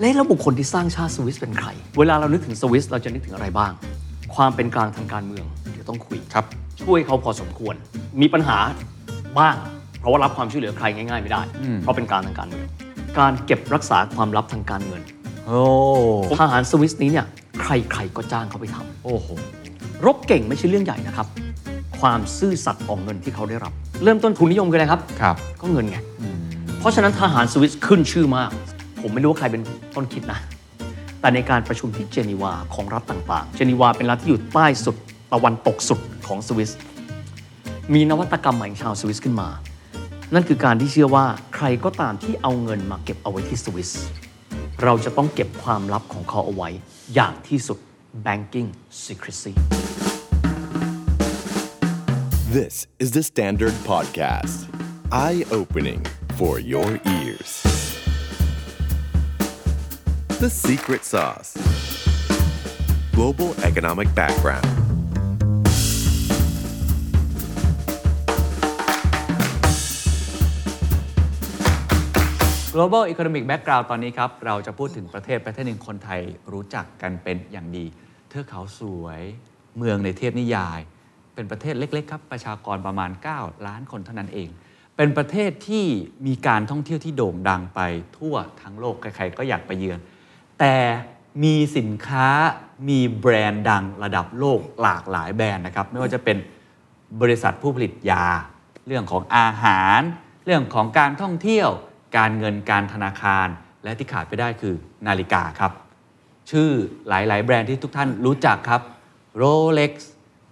และแล้วบุคคลที่สร้างชาติสวิสเป็นใคร เวลาเรานึกถึงสวิสเราจะนึกถึงอะไรบ้าง ความเป็นกลางทางการเมืองเดี๋ยวต้องคุย ครับ ช่วยเขาพอสมควร มีปัญหาบ้าง เพราะว่ารับความช่วยเหลือใครง่ายๆไม่ได้ อืม เพราะเป็นกลารทางการเมือง การเก็บรักษาความลับทางการเงิน โอ้ ทหารสวิสนี้เนี่ยใครๆก็จ้างเขาไปทำ โอ้โห รบเก่งไม่ใช่เรื่องใหญ่นะครับ ความซื่อสัตย์ต่อเงินที่เขาได้รับ เริ่มต้นทุนนิยมคืออะไรครับ ครับ ก็เงินไง อืม เพราะฉะนั้นทหารสวิสขึ้นชื่อมาก ผมไม่รู้ว่าใครเป็นต้นคิดนะ แต่ในการประชุมที่เจนีวาของรัฐต่างๆ เจนีวาเป็นรัฐที่อยู่ใต้สุดตะวันตกสุดของสวิส มีนวัตกรรมใหม่ของชาวสวิสขึ้นมา นั่นคือการที่เชื่อว่าใครก็ตามที่เอาเงินมาเก็บเอาไว้ที่สวิส เราจะต้องเก็บความลับของเขาเอาไว้ อย่างที่สุด banking secrecy This is the Standard Podcast. Eye opening for your ears. The Secret Sauce Global Economic Background. global economic background ตอนนี้ครับ เราจะพูดถึงประเทศประเทศหนึ่งคนไทยรู้จักกันเป็นอย่างดี เทือกเขาสวย เมืองในเทพนิยาย เป็นประเทศเล็ก ๆ ครับ ประชากรประมาณ 9 ล้านคนเท่านั้นเอง เป็นประเทศที่มีการท่องเที่ยวที่โด่งดังไปทั่วทั้งโลกใครๆก็อยากไปเยือน แต่มีสินค้ามีแบรนด์ดังระดับโลกหลากหลายแบรนด์นะครับ ไม่ว่าจะเป็นบริษัทผู้ผลิตยา เรื่องของอาหาร เรื่องของการท่องเที่ยว การเงินการธนาคาร และที่ขาดไปได้คือนาฬิกาครับ ชื่อหลาย ๆ แบรนด์ที่ทุกท่านรู้จักครับ Rolex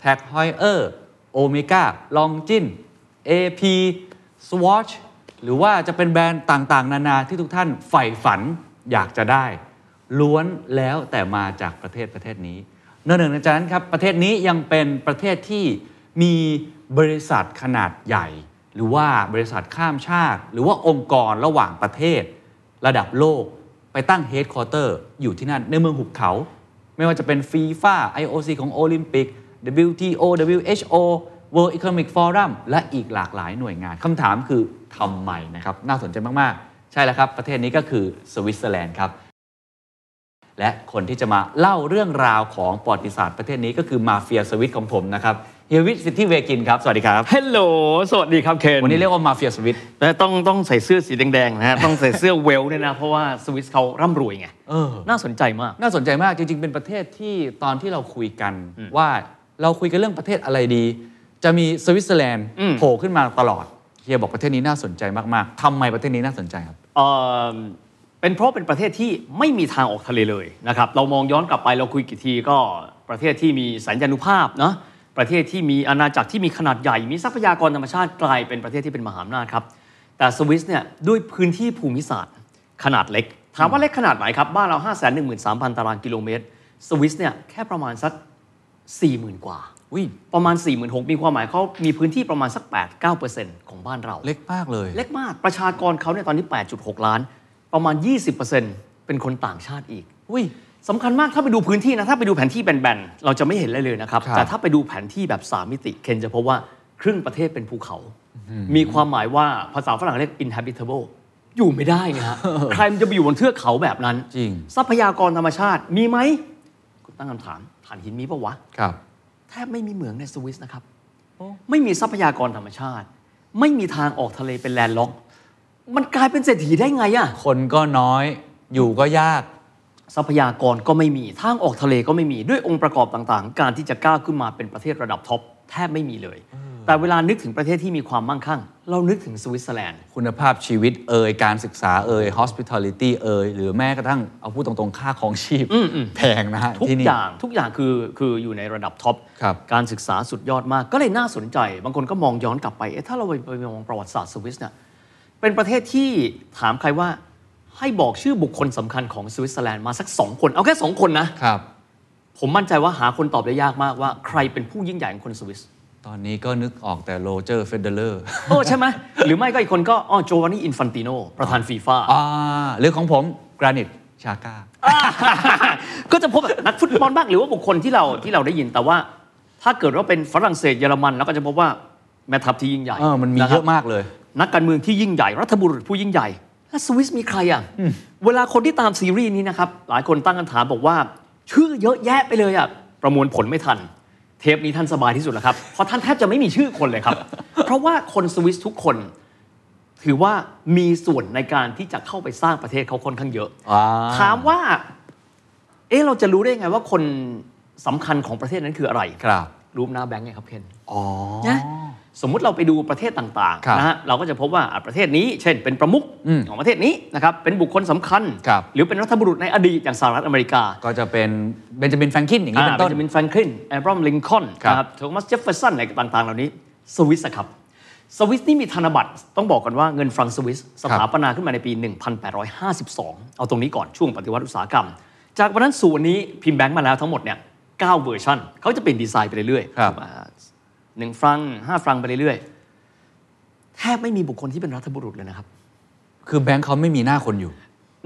Tag Heuer Omega Longines AP Swatch หรือว่าจะเป็นแบรนด์ต่าง ๆ นานาที่ทุกท่านใฝ่ฝันอยากจะได้ ล้วนแล้วแต่มาจากประเทศประเทศนี้นอกเหนือจากนั้นครับ ประเทศนี้ยังเป็นประเทศที่มีบริษัทขนาดใหญ่ หรือว่าบริษัทข้ามชาติ หรือว่าองค์กรระหว่างประเทศ ระดับโลกไปตั้งเฮดคอร์เตอร์อยู่ที่นั่นในเมืองหุบเขา ไม่ว่าจะเป็นฟีฟ่า IOC ของโอลิมปิก WTO WHO World Economic Forum และอีกหลากหลายหน่วยงานคำถามคือทำไมนะครับ น่าสนใจมาก ๆ ใช่แล้วครับ ประเทศนี้ก็คือสวิตเซอร์แลนด์ครับ และคนที่จะมาเล่าเรื่องราวของประวัติศาสตร์ประเทศนี้ก็คือมาเฟียสวิตของผมนะครับเฮียวิทย์สิทธิเวกินครับ สวัสดีครับ ฮัลโหล สวัสดีครับเคน วันนี้เรียกว่ามาเฟียสวิต แต่ต้องต้องใส่เสื้อสีแดง ๆ นะฮะ ต้องใส่เสื้อเวลเนี่ยนะ เพราะว่าสวิสเขาร่ำรวยไง เออ น่าสนใจมาก น่าสนใจมากจริง ๆ เป็นประเทศที่ตอนที่เราคุยกันว่าเราคุยกันเรื่องประเทศอะไรดี จะมีสวิตเซอร์แลนด์ อืม โผล่ขึ้นมาตลอดเฮียบอกประเทศนี้น่าสนใจมากๆทำไมประเทศนี้น่าสนใจครับ เอ่อเป็นเพราะเป็นประเทศที่ไม่มีทางออกทะเลเลยนะครับ เรามองย้อนกลับไปเราคุยกี่ทีก็ประเทศที่มีสัญญาณุภาพเนอะประเทศที่มีอาณาจักรที่มีขนาดใหญ่ มีทรัพยากรธรรมชาติกลายเป็นประเทศที่เป็นมหาอำนาจครับ แต่สวิสเนี่ยด้วยพื้นที่ภูมิศาสตร์ ขนาดเล็ก ถามว่าเล็กขนาดไหนครับ บ้านเรา 5 1 3 0 0 0 ตารางกิโลเมตร สวิสเนี่ยแค่ประมาณสัก 40,000 กว่า อุ้ย ประมาณ 4 6 0 0 0มีความหมายเขามีพื้นที่ประมาณสัก 8-9%ของบ้านเรา เล็กมากเลย เล็กมากประชากรเขาเนี่ยตอนนี้ 8.6 ล้าน ประมาณ 20%เป็นคนต่างชาติอีก อุ้ย สำคัญมากถ้าไปดูพื้นที่นะ ถ้าไปดูแผนที่แบนๆ เราจะไม่เห็นเลยเลยนะครับ ครับ แต่ถ้าไปดูแผนที่แบบ 3 มิติ เคนจะพบว่าครึ่งประเทศเป็นภูเขา มีความหมายว่าภาษาฝรั่งเรียก inhabitable อยู่ไม่ได้ นะฮะ ใครมันจะไปอยู่บนเทือกเขาแบบนั้น จริง ทรัพยากรธรรมชาติมีไหมคุณตั้งคำถามฐานหินมีปะวะ ครับ แทบไม่มีเหมืองในสวิสนะครับ ไม่มีทรัพยากรธรรมชาติ ไม่มีทางออกทะเลเป็นแลนด์ล็อก มันกลายเป็นเศรษฐีได้ไงอะ คนก็น้อยอยู่ก็ยาก ทรัพยากรก็ไม่มีทางออกทะเลก็ไม่มีด้วยองค์ประกอบต่างๆ การที่จะก้าวขึ้นมาเป็นประเทศระดับท็อปแทบไม่มีเลย แต่เวลานึกถึงประเทศที่มีความมั่งคั่ง เรานึกถึงสวิตเซอร์แลนด์ คุณภาพชีวิตเอ่ยการศึกษาเอ่ย hospitality เอ่ยหรือแม้กระทั่งเอาพูดตรงๆค่าของชีพ อืมอืม แพงนะฮะ ทุก ที่นี่ อย่างทุกอย่างคือคืออยู่ในระดับท็อป ครับ การศึกษาสุดยอดมากก็เลยน่าสนใจ บางคนก็มองย้อนกลับไปเอ๊ะถ้าเราไปไปมองประวัติศาสตร์สวิสเนี่ยเป็นประเทศที่ถามใครว่าให้บอกชื่อบุคคลสำคัญของสวิตเซอร์แลนด์มาสัก 2 คน เอาแค่ 2 คนนะ ครับ ผมมั่นใจว่าหาคนตอบได้ยากมากว่าใครเป็นผู้ยิ่งใหญ่ของคนสวิส ตอนนี้ก็นึกออกแต่โรเจอร์เฟเดเลอร์ โอ้ใช่ไหมหรือไม่ก็อีกคนก็อ๋อโจวานนี่อินฟันติโนประธานฟีฟ่า อ่าหรือของผมกรานิตชาก้า ก็จะพบแบบนักฟุตบอลบ้างหรือว่าบุคคลที่เราที่เราได้ยินแต่ว่า ถ้าเกิดว่าเป็นฝรั่งเศสเยอรมันเราก็จะพบว่าแม่ทัพที่ยิ่งใหญ่ เออ มันมี ะค เย รับ อะมากเลย นักการเมืองที่ยิ่งใหญ่รัฐบุรุษผู้ยิ่งใหญ่ แล้วสวิสมีใครอ่ะ เวลาคนที่ตามซีรีส์นี้นะครับ หลายคนตั้งคำถามบอกว่า ชื่อเยอะแยะไปเลยอ่ะ ประมวลผลไม่ทัน เทปนี้ท่านสบายที่สุดแล้วครับ เพราะท่านแทบจะไม่มีชื่อคนเลย ครับ เพราะว่าคนสวิสทุกคน ถือว่ามีส่วนในการที่จะเข้าไปสร้างประเทศเขาค่อนข้างเยอะ ถามว่า เอ๊ะเราจะรู้ได้ไงว่าคนสำคัญของประเทศนั้นคืออะไร ครับ รูปหน้าแบงค์ไงครับเคน อ๋อ นะสมมุติเราไปดูประเทศต่าง ครับ ๆนะฮะเราก็จะพบว่าอ่ะประเทศนี้ เช่น เป็นประมุข อืม ของประเทศนี้นะครับเป็นบุคคลสำคัญ ครับ หรือเป็นรัฐบุรุษในอดีตอย่างสหรัฐอเมริกา ก็จะเป็นเบนจามินแฟรงคินอย่างนี้ อ่า เป็น เบ ต้น นจามินแฟรงคลินแอบรอมลิงคอน ครับ นะครับโทมัสเจฟเฟอร์สันอะไรต่างๆ เหล่านี้ สวิสอะครับ สวิสนี่มีธนบัตรต้องบอกกันว่าเงินฟรังก์สวิสสถาปนาขึ้นมาในปี 1852 เอาตรงนี้ก่อนช่วงปฏิวัติอุตสาหกรรม จากวันนั้นสู่วันนี้พิมพ์แบงค์มาแล้วทั้งหมดเนี่ยเก้าเวอร์ชันเขาจะเปลี่ยนดีไซน์ไปเรื่อยๆ ครับ หนึ่งฟรังห้าฟรังไปเรื่อยๆ แทบไม่มีบุคคลที่เป็นรัฐบุรุษเลยนะครับ คือแบงค์เขาไม่มีหน้าคนอยู่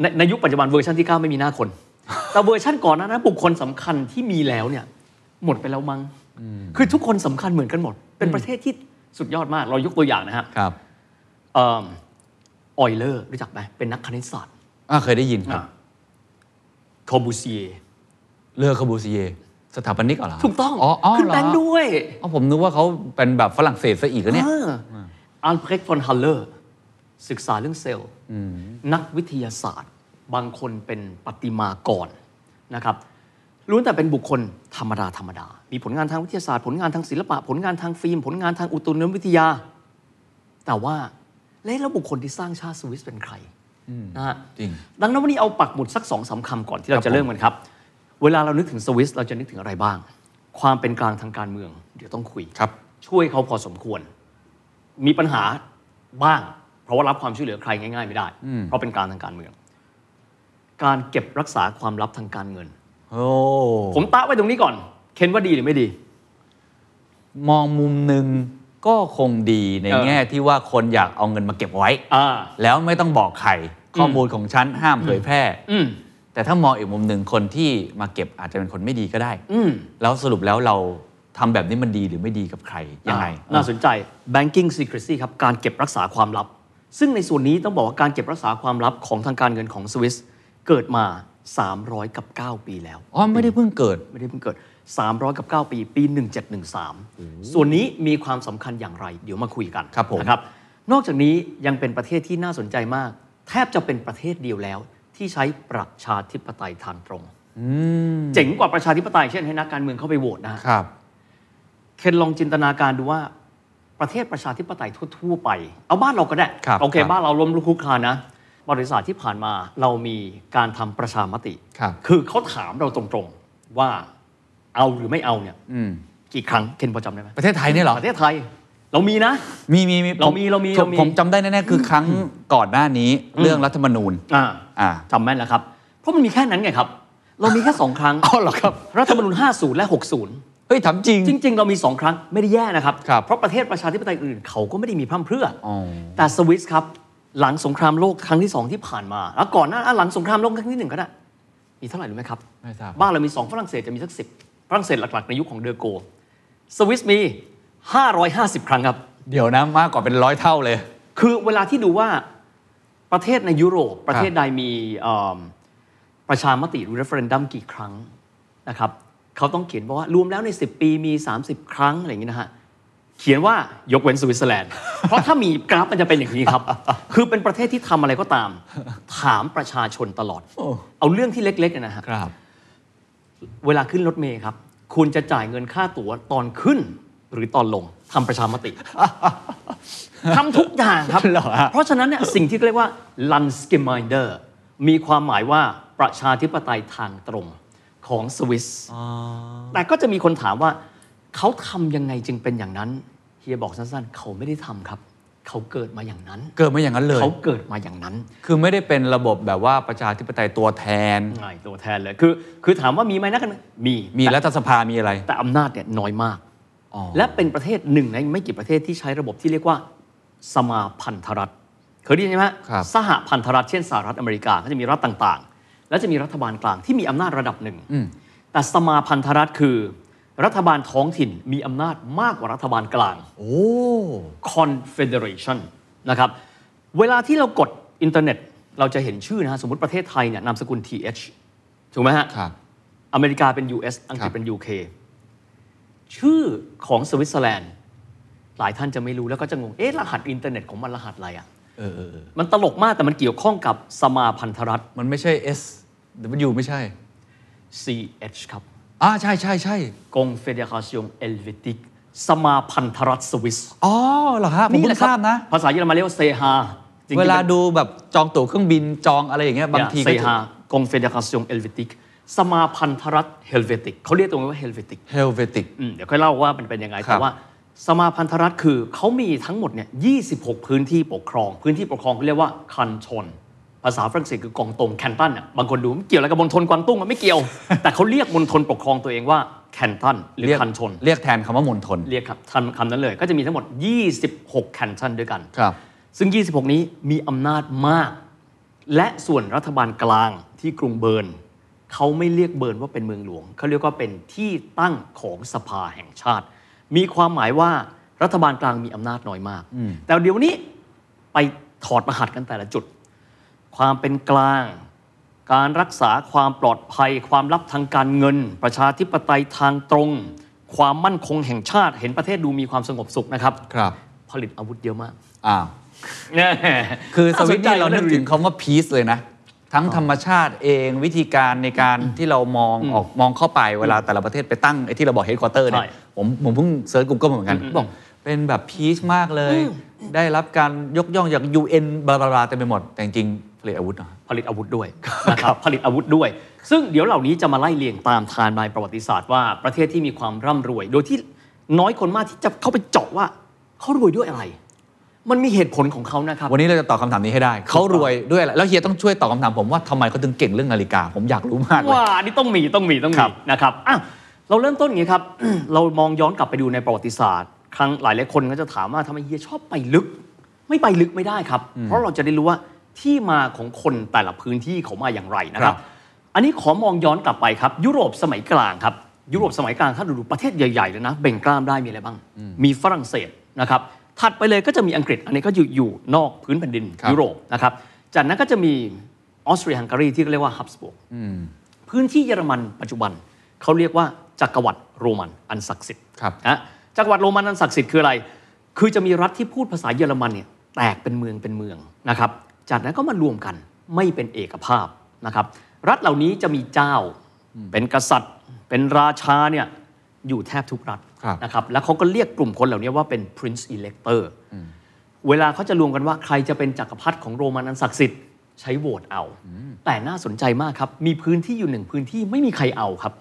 ในในยุคปัจจุบันเวอร์ชันที่ 9 ไม่มีหน้าคน แต่เวอร์ชันก่อนหนานั้นบุคคลสำคัญที่มีแล้วเนี่ย หมดไปแล้วมัง้งคือทุกคนสำคัญเหมือนกันหมด เป็นประเทศที่สุดยอดมาก เรายกตัวอย่างนะฮะ ครับ เออยเลอร์รู้จักไหมเป็นนักคณิตศาสตร์ อ่าเคยได้ยินครับ คอบูซีเอ เลอคาบูซีเยสถาปนิกเหรอ ถูกต้อง อ๋ออ๋อ ขึ้น เหรอ แบงค์ด้วย อ๋อผมนึกว่าเขาเป็นแบบฝรั่งเศสซะอีกอะเนี่ย อัลเบรกฟอนฮัลเลอร์ศึกษาเรื่องเซลล์นักวิทยาศาสตร์ บางคนเป็นปฏิมากรนะครับล้วนแต่เป็นบุคคลธรรมดา ธรรมดา มีผลงานทางวิทยาศาสตร์ ผลงานทางศิลปะ ผลงานทางฟิล์ม ผลงานทางอุตุนิยมวิทยา แต่ว่าแล้วแล้วบุคคลที่สร้างชาติสวิสเป็นใครนะฮะ จริง ดังนั้นวันนี้เอาปักหมุดสักสองสามคำก่อนที่เราจะเริ่มกันครับ เวลาเรานึกถึงสวิสเราจะนึกถึงอะไรบ้าง ความเป็นกลางทางการเมือง เดี๋ยวต้องคุย ครับ ช่วยเขาพอสมควร มีปัญหาบ้าง เพราะว่ารับความช่วยเหลือใครง่ายๆไม่ได้ เพราะเป็นการทางการเมือง การเก็บรักษาความลับทางการเงิน โอ้ ผมตะไว้ตรงนี้ก่อน เคนว่าดีหรือไม่ดี มองมุมหนึ่งก็คงดีใน เออ แง่ที่ว่าคนอยากเอาเงินมาเก็บไว้ อ่า แล้วไม่ต้องบอกใครข้อมูลของฉันห้ามเผยแพร่ อืม แต่ถ้ามองอีกมุมหนึ่งคนที่มาเก็บอาจจะเป็นคนไม่ดีก็ได้ อืม แล้วสรุปแล้วเราทำแบบนี้มันดีหรือไม่ดีกับใคร ยังไง อ่าน่าสนใจ banking secrecy ครับ การเก็บรักษาความลับ ซึ่งในส่วนนี้ต้องบอกว่าการเก็บรักษาความลับของทางการเงินของสวิสเกิดมา 300กับ9ปีแล้ว อ๋อไม่ได้เพิ่งเกิด ไม่ได้เพิ่งเกิด 300 กับ 9 ปี ปี 1713 ส่วนนี้มีความสำคัญอย่างไร เดี๋ยวมาคุยกัน ครับผม นะครับ นอกจากนี้ยังเป็นประเทศที่น่าสนใจมาก แทบจะเป็นประเทศเดียวแล้ว ที่ใช้ประชาธิปไตยทางตรง เจ๋งกว่าประชาธิปไตยเช่นให้นักการเมืองเข้าไปโหวตนะฮะ ครับ เคนลองจินตนาการดูว่าประเทศประชาธิปไตยทั่ว ๆ ไป เอาบ้านเราก็ได้ ครับ โอเค ครับ บ้านเราล้มลุกคลุกคลานนะ บริษัทที่ผ่านมาเรามีการทำประชามติ ครับ อเขาถามเราตรงๆว่าเอาหรือไม่เอาเนี่ย อืม กี่ครั้งเคนพอจำได้ไหม ประเทศไทยเนี่ยเหรอ ประเทศไทย เรามีนะ มีมีมี เรามีเรามี ผ เรามี ผมจำได้แน่ๆคือครั้งก่อนหน้านี้เรื่องรัฐธรรมนูญ อ่า อ่า จำแม่นแล้วครับ เพราะมันมีแค่นั้นไงครับ เรามีแค่สองครั้ ง อ๋อเหรอครับ รัฐธรรมนูญ50 และ 60 เฮ้ยถามจริง จริง ๆ เรามี 2 ครั้งไม่ได้แย่นะครับ ครับ เพราะประเทศประชาธิปไตยอื่นเขาก็ไม่ได้มีพร่ำเพรื่ออ อ แต่สวิสครับ หลังสงครามโลกครั้งที่ 2 ที่ผ่านมา แล้วก่อนหน้าอ่ะหลังสงครามโลกครั้งที่ 1 ก็ได้ มีเท่าไหร่รู้ไหมครับ ไม่ทราบ บ้านเรามี 2 ฝรั่งเศสจะมีสักสิฝรั่งเศสหลัก ๆ ในยุคของเดอโก สวิสมี 550 ครั้งครับ เดี๋ยวนะมากกว่าเป็นร้อยเท่าเลย คือเวลาที่ดูว่าประเทศในยุโรป ประเทศใดมีเอิ่มประชามติหรือ referendum กี่ครั้งนะครับเขาต้องเขียนบอกว่ารวมแล้วใน 10 ปีมี 30 ครั้งอะไรอย่างนี้นะฮะ เขียนว่ายกเว้นสวิตเซอร์แลนด์ เพราะถ้ามีกราฟมันจะเป็นอย่างนี้ครับ คือเป็นประเทศที่ทำอะไรก็ตาม ถามประชาชนตลอด โอ้ เอาเรื่องที่เล็กๆเนี่ยนะฮะ ครับ เวลาขึ้นรถเมย์ครับ คุณจะจ่ายเงินค่าตั๋วตอนขึ้น หรือตอนลงทำประชาม ติ ทำทุกอย่างครับ เหรอฮะ เพราะฉะนั้นเนี่ยสิ่งที่เรียกว่า l u n s k i m i n d e r มีความหมายว่าประชาธิปไตยทางตรงของสวิสแต่ก็จะมีคนถามว่า เขาทำยังไงจึงเป็นอย่างนั้น เฮียบอกสั้นๆ เขาไม่ได้ทำครับ เขาเกิดมาอย่างนั้น เกิดมาอย่างนั้นเลย เขาเกิดมาอย่างนั้น คือไม่ได้เป็นระบบแบบว่าประชาธิปไตยตัวแทน ง่ายตัวแทนเลยคือ คือถามว่ามีไหมนะกันมี มี แต่ รัฐสภามีอะไร แต่อำนาจเนี่ยน้อยมาก อ๋อ และเป็นประเทศหนึ่งในไม่กี่ประเทศที่ใช้ระบบที่เรียกว่าสมาพันธรัฐเคยได้ยินไหมฮะ ครับ สหพันธรัฐเช่นสหรัฐอเมริกาก็จะมีรัฐต่างๆ และจะมีรัฐบาลกลางที่มีอำนาจระดับหนึ่ง แต่สมาพันธรัฐคือ รัฐบาลท้องถิ่นมีอำนาจมากกว่ารัฐบาลกลาง โอ้ Confederation นะครับ เวลาที่เรากดอินเทอร์เน็ต เราจะเห็นชื่อนะฮะสมมติประเทศไทยเนี่ยนามสกุล TH ถูกไหมฮะ ครับ อเมริกาเป็น US อังกฤ ครั ษ บ เป็น UK ชื่อของสวิตเซอร์แลนด์ หลายท่านจะไม่รู้แล้วก็จะงง เอ๊ะ รหัสอินเทอร์เน็ตของมันรหัสอะไรอ่ะ เออเออเออ มันตลกมากแต่มันเกี่ยวข้องกับสมาพันธรัฐ มันไม่ใช่ S W ไม่ใช่ CH ครับ อ่าใช่ใช่ใช่ กงเฟเดคาซิองเอลเวติกสมาพันธรัฐสวิส อ๋อเหรอครับผมเพิ่งทราบนะ ภาษาเยอรมันเรียกว่าเซฮาจริงๆ เวลา ป็น ดูแบบจองตั๋วเครื่องบินจองอะไรอย่างเงี้ยบางที เซ ก็จะ ฮากงเฟเดคาซิองเอลเวติกสมาพันธรัฐเฮลเวติกเขาเรียกตรงนี้ว่าเฮลเวติก Helvetic อืมเดี๋ยวค่อยเล่าว่ามันเป็นยังไง ครับ แต่ว่าสมาพันธรัฐคือเขามีทั้งหมดเนี่ย 26 พื้นที่ปกครอง พื้นที่ปกครองเขาเรียกว่าคันชน ภาษาฝรั่งเศสคือกองตงแคนตันอ่ะบางคนดูมันเกี่ยวอะไรกับมณฑลกวางตุ้งมันไม่เกี่ยว แต่เขาเรียกมณฑลปกครองตัวเองว่าแคนตันหรือคันชน เรียกแทนคำว่ามณฑล เรียกครับคำคำนั้นเลย ก็จะมีทั้งหมด 26 แคนตันด้วยกัน ครับ ซึ่ง 26 นี้มีอำนาจมาก และส่วนรัฐบาลกลางที่กรุงเบิร์นเขาไม่เรียกเบิร์นว่าเป็นเมืองหลวง เขาเรียกว่าเป็นที่ตั้งของสภาแห่งชาติ มีความหมายว่ารัฐบาลกลางมีอำนาจน้อยมาก แต่เดี๋ยวนี้ไปถอดรหัสกันแต่ละจุด ความเป็นกลาง การรักษาความปลอดภัย ความลับทางการเงิน ประชาธิปไตยทางตรง ความมั่นคงแห่งชาติ เห็นประเทศดูมีความสงบสุขนะครับ ครับ ผลิตอาวุธเยอะมาก อ้าว คือสวิตนี่เรานึกถึงคำว่า peace เลยนะ ทั้งธรรมชาติเองวิธีการในการที่เรามองออกมองเข้าไปเวลาแต่ละประเทศไปตั้งไอ้ที่เราบอก headquarter เนี่ย ใช่ ผมผมเพิ่งเซิร์ช Google มาเหมือนกันบอกเป็นแบบ peace มากเลย ได้รับการยกย่องจาก UN บลาบลาบลาเต็มไปหมด แต่จริงๆผลิตอาวุธเนาะ ผลิตอาวุธด้วยนะครับ ผลิตอาวุธด้วย ซึ่งเดี๋ยวเหล่านี้จะมาไล่เรียงตามไทม์ไลน์ประวัติศาสตร์ว่าประเทศที่มีความร่ำรวย โดยที่น้อยคนมากที่จะเข้าไปเจาะว่าเขารวยด้วยอะไร มันมีเหตุผลของเขานะครับ วันนี้เราจะตอบคำถามนี้ให้ได้ เขารวยด้วยอะไรแล้วเฮียต้องช่วยตอบคำถามผมว่าทำไมเขาถึงเก่งเรื่องนาฬิกา ผมอยากรู้มากเลย ว่าอันนี้ต้องมีต้องมีต้อง ครั มี บ นะครับอ่ะเราเริ่มต้นอย่างนี้ครับ เรามองย้อนกลับไปดูในประวัติศาสตร์ ครั้งหลายหลายคนก็จะถามว่าทำไมเฮียชอบไปลึก ไม่ไปลึกไม่ได้ครับ เพราะเราจะได้รู้ว่าที่มาของคนแต่ละพื้นที่เขามาอย่างไรนะครั ครับ บ อันนี้ขอมองย้อนกลับไปครับ ยุโรปสมัยกลางครับ ยุโรปสมัยกลางถ้าดูประเทศใหญ่ๆเลยนะเบ่งกล้ามได้มีอะไรบ้าง มีฝรั่งเศสนะครับถัดไปเลยก็จะมีอังกฤษ อันนี้ก็อยู่อยู่นอกพื้นแผ่นดิน ครับ ยุโรปนะครับจากนั้นก็จะมีออสเตรียฮังการีที่เรียกว่าฮับสบ พื้นที่เยอรมันปัจจุบันเขาเรียกว่าจักรวรรดิโรมันอันศักดิ์สิทธิ์ ครับ นะจักรวรรดิโรมันอันศักดิ์สิทธิ์คืออะไร คือจะมีรัฐที่พูดภาษาเยอรมันเนี่ยแตกเป็นเมืองเป็นเมืองนะครับ จากนั้นก็มารวมกันไม่เป็นเอกภาพนะครับ รัฐเหล่านี้จะมีเจ้าเป็นกษัตริย์ เป็นราชาเนี่ยอยู่แทบทุกรัฐ ครับ นะครับ แล้วเขาก็เรียกกลุ่มคนเหล่านี้ว่าเป็น prince elector เวลาเขาจะรวมกันว่าใครจะเป็นจักรพรรดิของโรมันอันศักดิ์สิทธิ์ใช้โหวตเอา แต่น่าสนใจมากครับ มีพื้นที่อยู่หนึ่งพื้นที่ไม่มีใครเอาครับ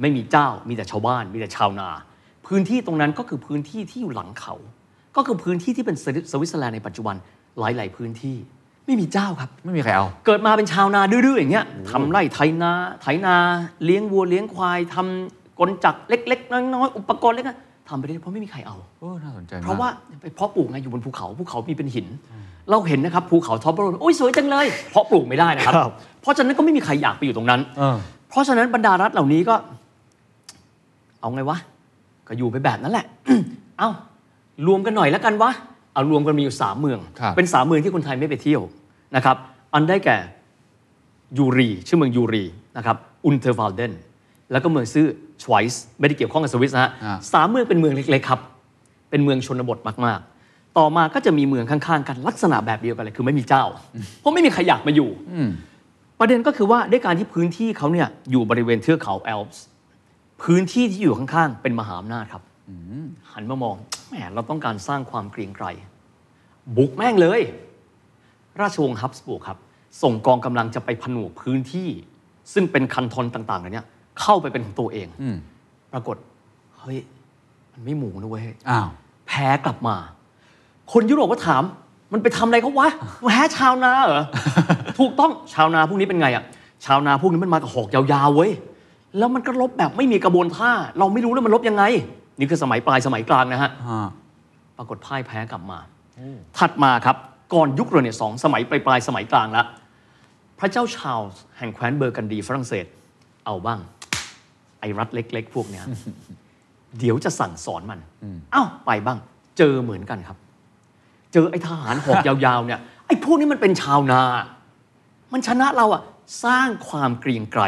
ไม่มีเจ้ามีแต่ชาวบ้าน มีแต่ชาวนา พื้นที่ตรงนั้นก็คือพื้นที่ที่อยู่หลังเขา ก็คือพื้นที่ที่เป็นสวิตสวิตเซอร์แลนด์ในปัจจุบันหลาย ๆ พื้นที่ ไม่มีเจ้าครับ ไม่มีใครเอา เกิดมาเป็นชาวนาดื้อๆอย่างเงี้ยทำไร่ไถนาไถนาเลี้ยงวัวเลี้ยงควายทำกลจักรเล็ก ๆ น้อย ๆ อุปกรณ์เล็กน้อยทำไปเรื่อยๆเพราะไม่มีใครเอา โอ้ น่าสนใจมก เพราะว่าไปเพาะปลูกไงอยู่บนภูเขาภูเขามีเป็นหิน เราเห็นนะครับภูเขาท็อปโรนโอ้ยสวยจังเลยเพาะปลูกไม่ได้นะครับ ครับ เพราะฉะนั้นก็ไม่มีใครอยากไปอยู่ตรงนั้น เออ เพราะฉะนั้นบรรดารัฐเหล่านี้ก็ เอาไงวะ ก็อยู่ไปแบบนั้นแหละ เอ้ารวมกันหน่อยแล้วกันวะเอารวมกันมีอยู่สามเมือง ครับ เป็นสามเมืองที่คนไทยไม่ไปเที่ยวนะครับ อันได้แก่ยูรีชื่อเมืองยูรีนะครับอุนเทอร์วาลเดนแล้วก็เมืองซื่อชไวส์ไม่ได้เกี่ยวข้องกับสวิสนะฮะสามเมืองเป็นเมืองเล็กๆครับ เป็นเมืองชนบทมากๆ ต่อมาก็จะมีเมืองข้างๆกันลักษณะแบบเดียวกันเลยคือไม่มีเจ้า เพราะไม่มีใครอยากมาอยู่ ประเด็นก็คือว่าด้วยการที่พื้นที่เขาเนี่ยอยู่บริเวณเทือกเขาแอลป์สพื้นที่ที่อยู่ข้างๆ เป็นมหาอำนาจครับหันมามองแหมเราต้องการสร้างความเกรียงไกรบุกแม่งเลย ราชวงศ์ฮับสบูร์กครับ ส่งกองกำลังจะไปผนวกพื้นที่ ซึ่งเป็นคันทอนต่างๆเหล่าเนี่ยเข้าไปเป็นของตัวเอง อืม ปรากฏ เฮ้ย มันไม่หมูนะเว้ย อ้าว แพ้กลับมา คนยุโรปก็ถาม มันไปทำอะไรเขาวะแพ้ชาวนาเหร อ ถูกต้องชาวนาพวกนี้เป็นไงอะชาวนาพวกนี้มันมากับหอกยาวๆเว้ย แล้วมันก็ลบแบบไม่มีกระบวนท่า เราไม่รู้เลยมันลบยังไง นี่คือสมัยปลายสมัยกลางนะฮะ อ่า ปรากฏพ่ายแพ้กลับมา ถัดมาครับ ก่อนยุคเรเนซองส์สมัยปลายปลายๆสมัยกลางละพระเจ้าชาร์ลส์แห่งแคว้นเบอร์กันดีฝรั่งเศส เอาบ้าง ไอรัฐเล็ก ๆ พวก เนี้ย เดี๋ยวจะสั่งสอนมัน เอ้าไปบ้าง เจอเหมือนกันครับ เจอไอทหารหอกยาวๆเนี่ย ไอพวกนี้มันเป็นชาวนา มันชนะเราอะสร้างความเกรียงไกร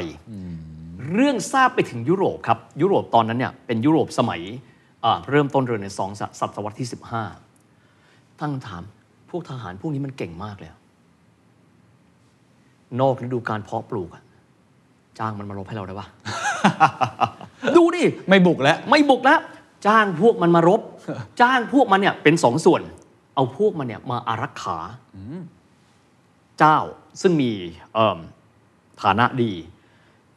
เรื่องทราบไปถึงยุโรปครับ ยุโรปตอนนั้นเนี่ยเป็นยุโรปสมัยอ่าเริ่มต้นเรือนในสองศศตวรรษที่ 15 ตั้งคำถามพวกทหารพวกนี้มันเก่งมากเลยอะนอกฤดูการเพาะปลูกอะจ้างมันมารบให้เราได้ปะ ดูดิ ไม่บุกแล้ว ไม่บุกแล้วจ้างพวกมันมารบ จ้างพวกมันเนี่ยเป็นสองส่วน เอาพวกมันเนี่ยมาอารักขาเจ้าซึ่งมีเอิ่มฐานะดี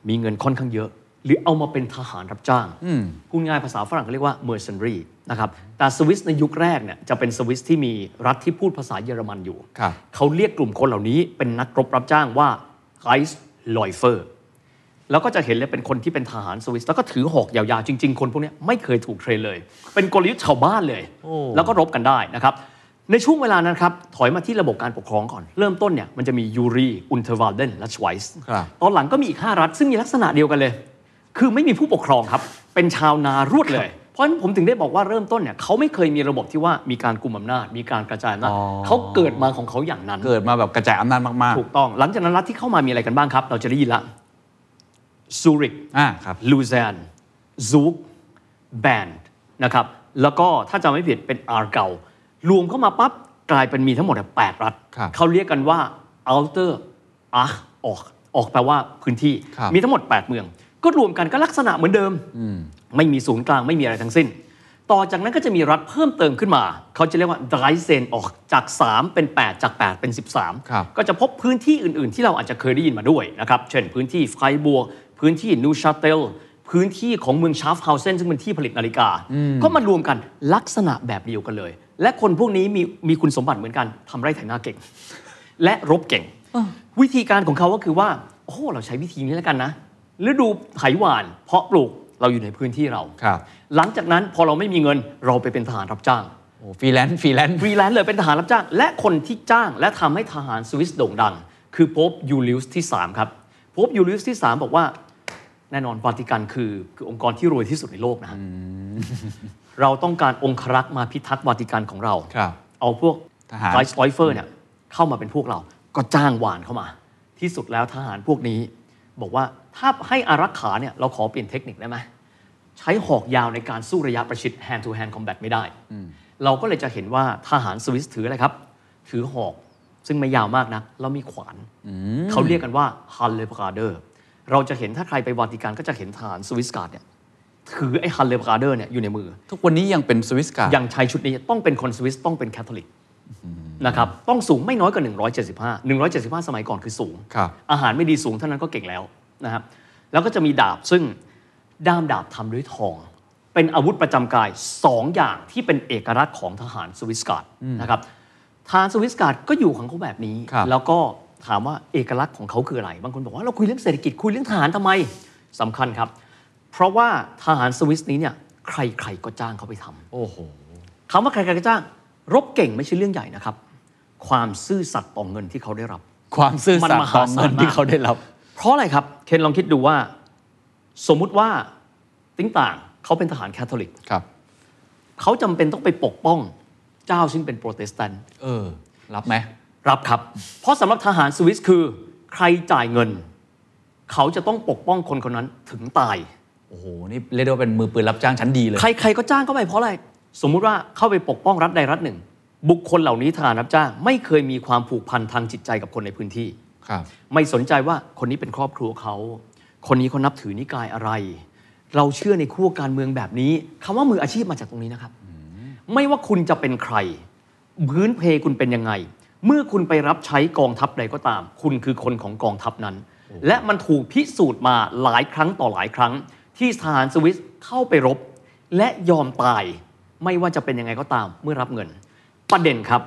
มีเงินค่อนข้างเยอะ หรือเอามาเป็นทหารรับจ้าง อืม พูดง่ายภาษาฝรั่งเขาเรียกว่า mercenary นะครับแต่สวิสในยุคแรกเนี่ยจะเป็นสวิสที่มีรัฐที่พูดภาษาเยอรมันอยู่ ครับ เขาเรียกกลุ่มคนเหล่านี้เป็นนักรบรับจ้างว่าไ i ส์ลอยเฟอร์แล้วก็จะเห็นเลยเป็นคนที่เป็นทหารสวิส แล้วก็ถือหอกยาวๆ จริง ๆ คนพวกเนี้ยไม่เคยถูกเทรนเลย เป็นกลยุทธ์ชาวบ้านเลย โอ้ แล้วก็รบกันได้นะครับ ในช่วงเวลานั้นครับ ถอยมาที่ระบบการปกครองก่อน เริ่มต้นเนี่ยมันจะมียูรีอุนเทอร์วาเดนและชไวส์ ครับ ตอนหลังก็มีอีก 5 รัฐ ซึ่งมีลักษณะเดียวกันเลย คือไม่มีผู้ปกครองครับ เป็นชาวนารวดเลย เพราะฉะนั้นผมถึงได้บอกว่าเริ่มต้นเนี่ยเขาไม่เคยมีระบบที่ว่ามีการกลุ่มอำนาจ มีการกระจายอำนาจ อ๋อ เขาเกิดมาของเขาอย่างนั้น เกิดมาแบบกระจายอำนาจมาก ถูกต้อง หลังจากนั้นรัฐที่เข้ามามีอะไรกันบ้างครับ เราจะได้ยินละซูริก ๆอ่าครับ ลูเซนซูกแบนด์นะครับแล้วก็ถ้าจำไม่ผิดเป็นอาร์เกลรวมเข้ามาปั๊บกลายเป็นมีทั้งหมดเนี่ย8รัฐ ครับ เขาเรียกกันว่าอัลเตอร์อาร์ออกออกแปลว่าพื้นที่ ครับ มีทั้งหมด 8 เมือง ก็รวมกันก็ลักษณะเหมือนเดิม ไม่มีศูนย์กลางไม่มีอะไรทั้งสิ้น ต่อจากนั้นก็จะมีรัฐเพิ่มเติมขึ้นมา เขาจะเรียกว่าไดเซนออกจาก 3 เป็น 8 จาก 8 เป็น 13 ครับ ก็จะพบพื้นที่อื่นๆ ที่เราอาจจะเคยได้ยินมาด้วยนะครับ เช่นพื้นที่ไฟบ u วพื้นที่นูชาเตล พื้นที่ของเมืองชาฟเฮาเซนซึ่งเป็นที่ผลิตนาฬิกา ก็มารวมกันลักษณะแบบเดียวกันเลย และคนพวกนี้มีมีคุณสมบัติเหมือนกันทำไร่ไถนาเก่ง และรบเก่ง วิธีการของเขาก็คือว่า โอ้โหเราใช้วิธีนี้แล้วกันนะฤดูไถหวาน เพาะปลูกเราอยู่ในพื้นที่เรา ครับ หลังจากนั้นพอเราไม่มีเงินเราไปเป็นทหารรับจ้าง โอ้ฟรีแลนซ์ฟรีแลนซ์ ฟรีแลนซ์เลยเป็นทหารรับจ้าง และคนที่จ้างและทำให้ทหารสวิสโด่งดัง คือโป๊ปยูลิอุสที่ 3 ครับ โป๊ปยูลิอุสที่ 3 บอกว่าแน่นอนวาติกันคือคือองค์กรที่รวยที่สุดในโลกนะฮะเราต้องการองครักษ์มาพิทักษ์วาติกันของเรา ครับ เอาพวก ทหาร ไรส์ไลเฟอร์เนี่ยเข้ามาเป็นพวกเราก็จ้างหวานเข้ามา ที่สุดแล้วทหารพวกนี้ บอกว่าถ้าให้อารักขาเนี่ยเราขอเปลี่ยนเทคนิคได้ไหม ใช้หอกยาวในการสู้ระยะประชิด hand to hand combat ไม่ได้ เราก็เลยจะเห็นว่าทหารสวิสถืออะไรครับ ถือหอกซึ่งไม่ยาวมากนะแล้วมีขวาน เขาเรียกกันว่าฮันเลปาเดอร์เราจะเห็นถ้าใครไปวาติกันก็จะเห็นทหารสวิสการ์ดเนี่ยถือไอ้ฮันเลปาเดอร์เนี่ยอยู่ในมือ ทุกวันนี้ยังเป็นสวิสการ์ด อย่างชายชุดนี้ต้องเป็นคนสวิสต้องเป็นแคทอลิกนะครับต้องสูงไม่น้อยกว่า 175 175 สมัยก่อนคือสูง ครับ อาหารไม่ดีสูงเท่านั้นก็เก่งแล้วนะครับแล้วก็จะมีดาบซึ่งด้ามดาบทำด้วยทอง เป็นอาวุธประจำกาย 2 อย่างที่เป็นเอกลักษณ์ของทหารสวิสการ์ดนะครับทหารสวิสการ์ดก็อยู่ของเขาแบบนี้ ครับ แล้วก็ถามว่าเอกลักษณ์ของเขาคืออะไร บางคนบอกว่าเราคุยเรื่องเศรษฐกิจคุยเรื่องทหารทำไมสำคัญครับ เพราะว่าทหารสวิสนี้เนี่ยใครๆก็จ้างเขาไปทำ โอ้โห คำว่าใครๆก็จ้างรบเก่งไม่ใช่เรื่องใหญ่นะครับ ความซื่อสัตย์ต่อเงินที่เขาได้รับ ความซื่อสัต มันม ย์ หา ต่อ ศาล เงินที่ มาก เขาได้รับ เพราะอะไรครับ เคนลองคิดดูว่า สมมุติว่าติ้งต่างเขาเป็นทหารแคทอลิก ครับ เขาจำเป็นต้องไปปกป้องเจ้าซึ่งเป็นโปรเตสแตนต์ เออ รับไหม รับครับ เพราะสำหรับทหารสวิสคือ ใครจ่ายเงิน เขาจะต้องปกป้องคนคนนั้นถึงตาย โอ้โห นี่เรียกได้ว่าเป็นมือปืนรับจ้างชั้นดีเลย ใครใครก็จ้างเข้าไปเพราะอะไร สมมุติว่าเข้าไปปกป้องรัฐใดรัฐหนึ่ง บุคคลเหล่านี้ทหารรับจ้าง ไม่เคยมีความผูกพันทางจิตใจกับคนในพื้นที่ ครับ ไม่สนใจว่าคนนี้เป็นครอบครัวเขา คนนี้เขานับถือนิกายอะไร เราเชื่อในขั้วการเมืองแบบนี้คำว่ามืออาชีพมาจากตรงนี้นะครับ ไม่ว่าคุณจะเป็นใคร พื้นเพคุณเป็นยังไง เมื่อคุณไปรับใช้กองทัพใดก็ตาม คุณคือคนของกองทัพนั้น และมันถูกพิสูจน์มาหลายครั้งต่อหลายครั้ง ที่ทหารสวิสเข้าไปรบ และยอมตาย ไม่ว่าจะเป็นยังไงก็ตามเมื่อรับเงิน ประเด็นครับ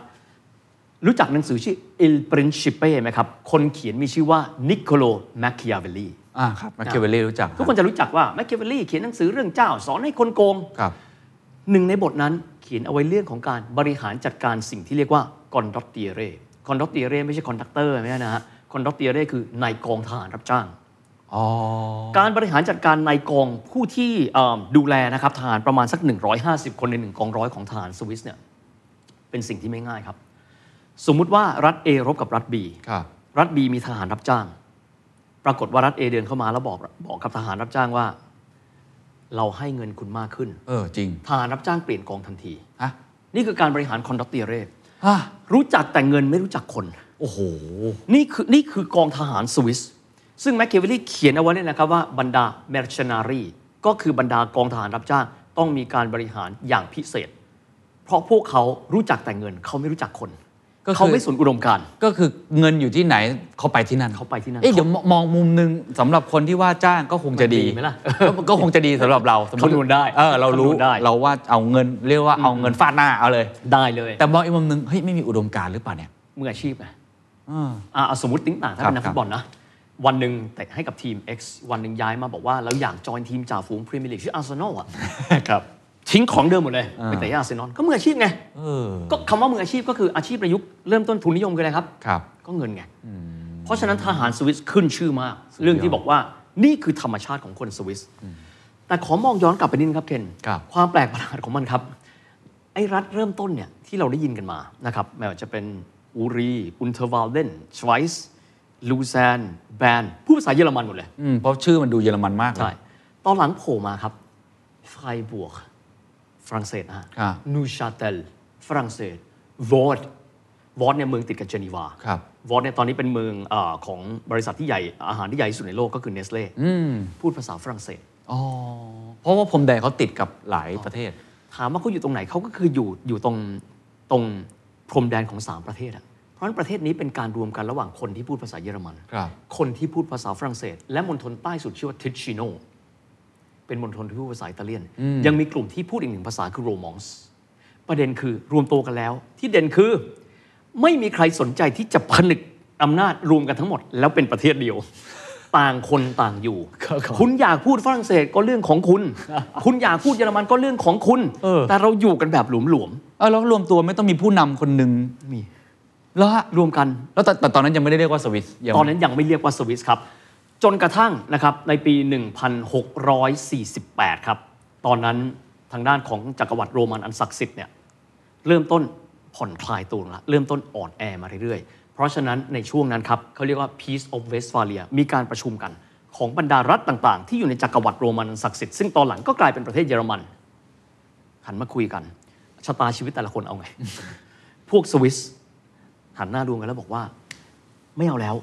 รู้จักหนังสือชื่อ Il Principe ไหมครับ คนเขียนมีชื่อว่านิโคโลแมคคิอาเวลลี อ่าครับ มาเคเวลลี่รู้จัก ทุกคนจะรู้จักว่าแมคคิอาเวลลีเขียนหนังสือเรื่องเจ้า สอนให้คนโกง ครับ หนึ่งในบทนั้นเขียนเอาไว้เรื่องของการบริหารจัดการสิ่งที่เรียกว่ากอนด o ตเตียเร่คอนด o ตเตียเร่ไม่ใช่คอนดักเตอร์ไม่ใช่นะฮะคอนด o ตเตียเร่คือนายกองทหารรับจ้าง อ๋อ การบริหารจัดการนายกองผู้ที่เอิ่มดูแลนะครับทหารประมาณสัก 150 คนในหนึ่งกองร้อยของทหารสวิสเนี่ยเป็นสิ่งที่ไม่ง่ายครับ สมมุติว่ารัฐ A รบกับรัฐ B ครับ รัฐบีมีทหารรับจ้าง ปรากฏว่ารัฐเอเดินเข้ามาแล้วบอกบอกกับทหารรับจ้างว่า เราให้เงินคุณมากขึ้น เออจริง ทหารรับจ้างเปลี่ยนกองทันที ฮะ นี่คือการบริหารคอนดักเตียเร่ อ่ะ รู้จักแต่เงินไม่รู้จักคน โอ้โห นี่คือนี่คือกองทหารสวิส ซึ่งแมคเคเวลลี่เขียนเอาไว้เลยนะครับว่าบรรดา mercenary ก็คือบรรดากองทหารรับจ้าง ต้องมีการบริหารอย่างพิเศษ เพราะพวกเขารู้จักแต่เงิน เขาไม่รู้จักคน ก็คือ เขาไม่สนอุดมการณ์ ก็คือเงินอยู่ที่ไหนเขาไปที่นั่น เขาไปที่นั่น เอ๊ะเดี๋ยวมองมุมหนึงสำหรับคนที่ว่าจ้างก็คงจะดี มันดีไหมล่ะ ก็ก็คงจะดีสำหรับเราสมมุติ คำนวณได้ เออเรารู้ คำนวณได้ เราว่าเอาเงินเรียกว่าเอาเงินฟาดหน้าเอาเลย ได้เลย แต่มองอีกมุมหนึงเฮ้ยไม่มีอุดมการณ์หรือเปล่าเนี่ย มืออาชีพไง เออ อ่ะเอาสมมติติ้งต่างถ้า ครับ เป็นนักฟุตบอลนะ วันหนึ่งเตะให้กับทีม X วันหนึ่งย้ายมาบอกว่าเราอยากจอยทีมจ่าฝูงพรีเมียร์ลีกชื่ออาร์เซนอลอ่ะ ครับ ทิ้งของเดิมหมดเลย อ่า ไปเตะอาร์เซนอลก็มืออาชีพไง เออ ก็คำว่ามืออาชีพก็คืออาชีพประยุกต์เริ่มต้นทุนนิยมคืออะไรครับ ครับ ก็เงินไง เพราะฉะนั้นทหารสวิสขึ้นชื่อมาก เรื่องที่บอกว่านี่คือธรรมชาติของคนสวิส แต่ขอมองย้อนกลับไปนิดนึงครับเคน ครับ ความแปลกประหลาดของมันครับ ไอ้รัฐเริ่มต้นเนี่ยที่เราได้ยินกันมานะครับไม่ว่าจะเป็นอูรีอุนเทอร์วาลเดนชไวส์ลูแซนแบนผู้ภาษาเยอรมันหมดเลย อืมเพราะชื่อมันดูเยอรมันมากเลย ใช่ ตอนหลังโผล่มาครับไฟบวกฝรั่งเศสนะฮะ ครับ นูชาเตลฝรั่งเศสวอดวอดเนี่ยเมืองติดกับเจนีวา ครับ วอดเนี่ยตอนนี้เป็นเมืองเออของบริษัทที่ใหญ่อาหารที่ใหญ่ที่สุดในโลกก็คือเนสเล่ อืม พูดภาษาฝรั่งเศส อ๋อเพราะว่าพรมแดนเขาติดกับหลายประเทศ ถามว่าเขาอยู่ตรงไหนเขาก็คืออยู่อยู่ตรงตรงพรมแดนของสามประเทศอะเพราะฉะนั้นประเทศนี้เป็นการรวมกันระหว่างคนที่พูดภาษาเยอรมัน ครับ คนที่พูดภาษาฝรั่งเศส และมณฑลใต้สุดชื่อว่าทิชชิโน เป็นมณฑลที่พูดภาษาอิตาเลียน ยังมีกลุ่มที่พูดอีกหนึ่งภาษาคือโรมองส์ประเด็นคือรวมตัวกันแล้ว ที่เด่นคือไม่มีใครสนใจที่จะผนึกอำนาจรวมกันทั้งหมด แล้วเป็นประเทศเดียว ต่างคนต่างอยู่ คุณอยากพูดฝรั่งเศสก็เรื่องของคุณ คุณอยากพูดเยอรมันก็เรื่องของคุณ เออ แต่เราอยู่กันแบบหลวม เออแล้วรวมตัวไม่ต้องมีผู้นำคนหนึ่ง ๆมี แล้วฮะ รวมกัน แล้วแต่แต่ตอนนั้นยังไม่ได้เรียกว่าสวิสยัง ตอนนั้นยังไม่เรียกว่าสวิสครับ จนกระทั่งนะครับในปี 1648 ครับ ตอนนั้นทางด้านของจักรวรรดิโรมันอันศักดิ์สิทธิ์เนี่ยเริ่มต้นผ่อนคลายตัวลงละเริ่มต้นอ่อนแอมาเรื่อยๆ เพราะฉะนั้นในช่วงนั้นครับเขาเรียกว่า Peace of Westphalia มีการประชุมกันของบรรดารัฐต่างๆ ที่อยู่ในจักรวรรดิโรมันอันศักดิ์สิทธิ์ซึ่งตอนหลังก็กลายเป็นประเทศเยอรมันหันมาคุยกันชะตาชีวิตแต่ละคนเอาไง พวกสวิสหันหน้าดูกันแล้วบอกว่า ไม่เอาแล้ว